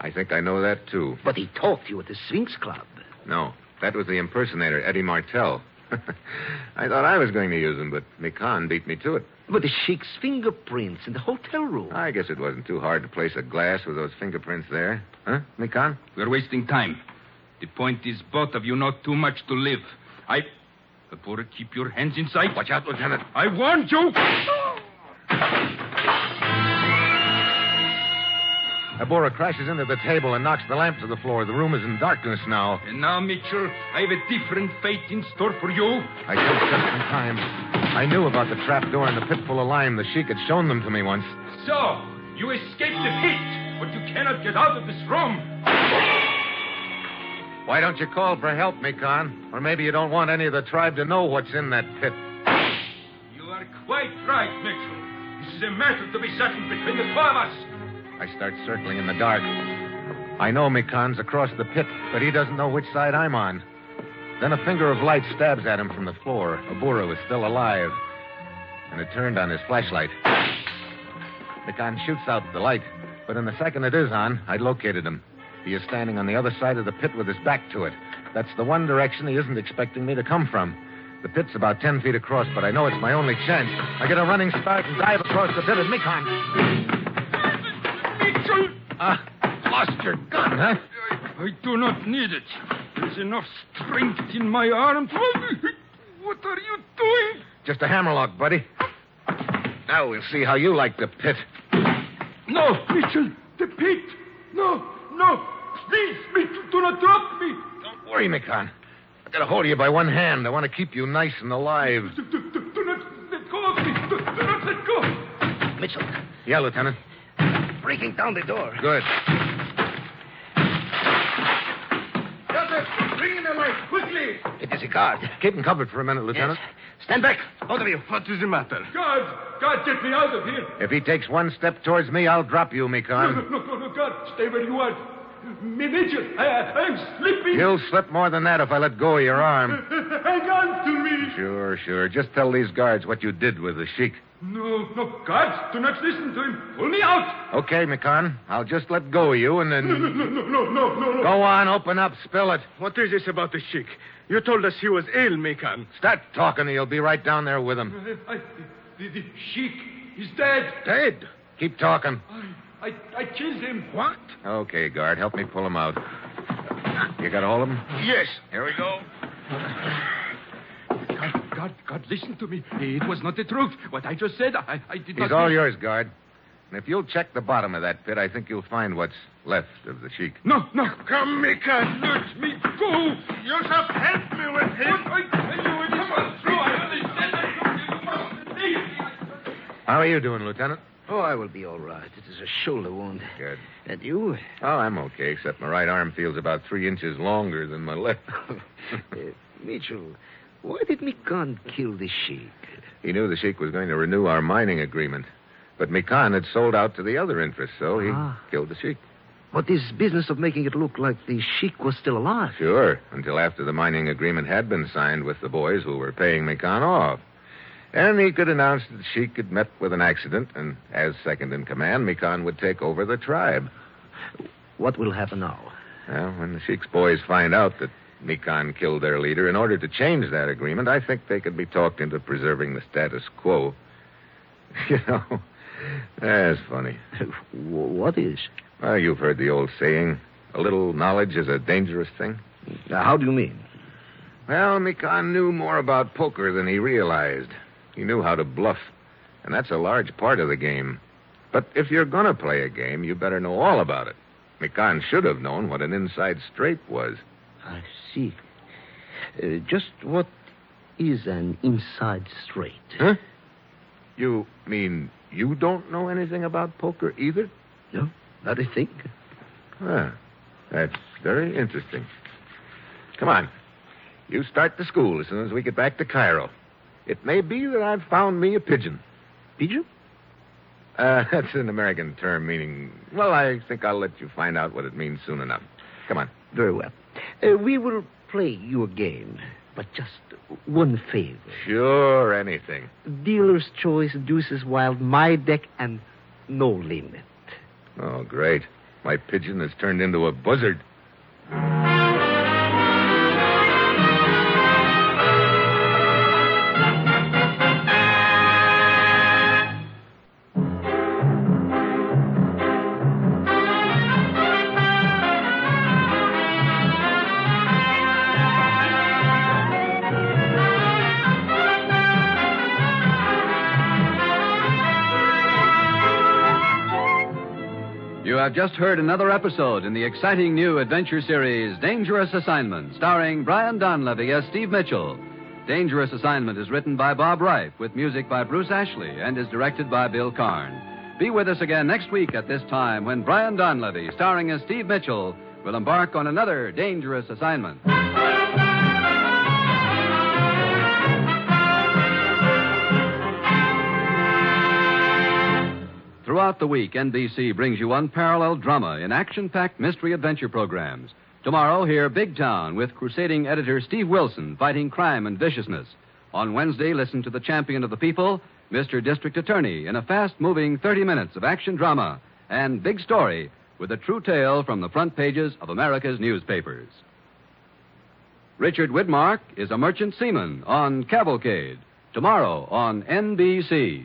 [SPEAKER 3] I think I know that, too.
[SPEAKER 17] But he talked to you at the Sphinx Club.
[SPEAKER 3] No, that was the impersonator, Eddie Martell. <laughs> I thought I was going to use him, but Mikan beat me to it.
[SPEAKER 17] But the sheik's fingerprints in the hotel room.
[SPEAKER 3] I guess it wasn't too hard to place a glass with those fingerprints there. Huh, Mikan?
[SPEAKER 11] We're wasting time. The point is, both of you know too much to live. I. Apora, keep your hands inside.
[SPEAKER 3] Watch out, Lieutenant.
[SPEAKER 11] I warned you!
[SPEAKER 20] Abora crashes into the table and knocks the lamp to the floor. The room is in darkness now.
[SPEAKER 11] And now, Mitchell, I have a different fate in store for you.
[SPEAKER 20] I jumped just in time. I knew about the trap door and the pit full of lime. The sheik had shown them to me once.
[SPEAKER 11] So, you escaped the pit, but you cannot get out of this room.
[SPEAKER 20] Why don't you call for help, Mikan? Or maybe you don't want any of the tribe to know what's in that pit.
[SPEAKER 11] You are quite right, Mitchell. This is a matter to be settled between the two of us.
[SPEAKER 20] I start circling in the dark. I know Mikan's across the pit, but he doesn't know which side I'm on. Then a finger of light stabs at him from the floor. Abura was still alive, and it turned on his flashlight. Mikan shoots out the light, but in the second it is on, I located him. He is standing on the other side of the pit with his back to it. That's the one direction he isn't expecting me to come from. The pit's about ten feet across, but I know it's my only chance. I get a running start and dive across the pit at Mikan.
[SPEAKER 11] Mitchell!
[SPEAKER 20] Ah, lost your gun, huh?
[SPEAKER 11] I do not need it. There's enough strength in my arms.
[SPEAKER 20] Oh,
[SPEAKER 11] What are you doing?
[SPEAKER 20] Just a hammerlock, buddy. Now we'll see how you like the pit.
[SPEAKER 11] No, Mitchell, the pit. No, no. Please, Mitchell, do not drop me.
[SPEAKER 20] Don't worry, Mikan. I got a hold of you by one hand. I want to keep you nice and alive.
[SPEAKER 11] Do, do, do, do not let go of me. Do, do not let go.
[SPEAKER 17] Mitchell,
[SPEAKER 20] Yeah, Lieutenant.
[SPEAKER 17] breaking down the door.
[SPEAKER 20] Good.
[SPEAKER 10] Bring in the light, quickly.
[SPEAKER 20] It is a guard. Keep him covered for a minute, Lieutenant.
[SPEAKER 17] Stand back.
[SPEAKER 20] Both of you.
[SPEAKER 21] What is the matter?
[SPEAKER 11] God, God, get me out of here.
[SPEAKER 20] If he takes one step towards me, I'll drop you,
[SPEAKER 11] No,
[SPEAKER 20] Mikan.
[SPEAKER 11] no, no, no, God, stay where you are.
[SPEAKER 10] Mitchell, I, I'm slipping.
[SPEAKER 3] You'll slip more than that if I let go of
[SPEAKER 11] <laughs>
[SPEAKER 3] your arm.
[SPEAKER 10] Hang on to me.
[SPEAKER 3] Sure, sure. Just tell these guards what you did with the sheik.
[SPEAKER 10] No, no, guards, do not listen to him. Pull me out.
[SPEAKER 3] Okay, Mikan. I'll just let go of you and then.
[SPEAKER 10] <laughs> No, no, no, no, no, no, no.
[SPEAKER 3] Go on, open up, spill it.
[SPEAKER 5] What is this about the sheik? You told us he was ill, Mikan.
[SPEAKER 3] Start talking, or you'll be right down there with him.
[SPEAKER 10] I, I, the, the sheik is dead.
[SPEAKER 3] Dead? Keep talking.
[SPEAKER 10] I, I killed him.
[SPEAKER 5] What?
[SPEAKER 3] Okay, guard, help me pull him out. You got hold of him?
[SPEAKER 5] Yes.
[SPEAKER 3] Here we go.
[SPEAKER 10] God, God, God, listen to me. It was not the truth. What I just said, I, I did not.
[SPEAKER 3] He's all yours, guard. And if you'll check the bottom of that pit, I think you'll find what's left of the sheik.
[SPEAKER 10] No, no. Come, Mika, let me go.
[SPEAKER 5] Yusuf, help me with him.
[SPEAKER 10] I tell you, it is not true. I understand that you must
[SPEAKER 3] How are you doing, Lieutenant?
[SPEAKER 17] Oh, I will be all right. It is a shoulder wound.
[SPEAKER 3] Good.
[SPEAKER 17] And you?
[SPEAKER 3] Oh, I'm okay, except my right arm feels about three inches longer than my left.
[SPEAKER 17] <laughs> Uh, Mitchell, why did Mikan kill the sheik?
[SPEAKER 3] he knew the sheik was going to renew our mining agreement. But Mikan had sold out to the other interests, so he
[SPEAKER 17] Ah.
[SPEAKER 3] killed the sheik.
[SPEAKER 17] But this business of making it look like the sheik was still alive. <laughs>
[SPEAKER 3] Sure, until after the mining agreement had been signed with the boys who were paying Mikan off. And he could announce that the sheik had met with an accident, and as second in command, Mikan would take over the tribe.
[SPEAKER 17] What will happen now?
[SPEAKER 3] Well, when the sheik's boys find out that Mikan killed their leader in order to change that agreement, I think they could be talked into preserving the status quo. You know, that's
[SPEAKER 17] <laughs>
[SPEAKER 3] funny.
[SPEAKER 17] What is?
[SPEAKER 3] Well, you've heard the old saying a little knowledge is a dangerous thing.
[SPEAKER 17] Now, how do you mean?
[SPEAKER 3] Well, Mikan knew more about poker than he realized. He knew how to bluff, and that's a large part of the game. But if you're going to play a game, you better know all about it. Mikan should have known what an inside straight was.
[SPEAKER 17] I see. Uh, just what is an inside straight?
[SPEAKER 3] Huh? You mean you don't know anything about poker either?
[SPEAKER 17] No, not a thing.
[SPEAKER 3] Ah, that's very interesting. Come on. You start the school as soon as we get back to Cairo. It may be that I've found me a pigeon.
[SPEAKER 17] Pigeon?
[SPEAKER 3] Uh, <laughs> that's an American term meaning, well, I think I'll let you find out what it means soon enough. Come on.
[SPEAKER 17] Very well. Uh, we will play your game, but just one favor.
[SPEAKER 3] Sure, anything.
[SPEAKER 17] Dealer's choice, deuces wild, my deck, and no limit.
[SPEAKER 3] Oh, great. My pigeon has turned into a buzzard.
[SPEAKER 1] You have just heard another episode in the exciting new adventure series Dangerous Assignment, starring Brian Donlevy as Steve Mitchell. Dangerous Assignment is written by Bob Reif with music by Bruce Ashley and is directed by Bill Karn. Be with us again next week at this time when Brian Donlevy, starring as Steve Mitchell, will embark on another dangerous assignment. Throughout the week, NBC brings you unparalleled drama in action packed mystery adventure programs. Tomorrow, hear Big Town with crusading editor Steve Wilson fighting crime and viciousness. On Wednesday, listen to the champion of the people, Mr. District Attorney, in a fast moving 30 minutes of action drama and big story with a true tale from the front pages of America's newspapers. Richard Widmark is a merchant seaman on Cavalcade, tomorrow on NBC.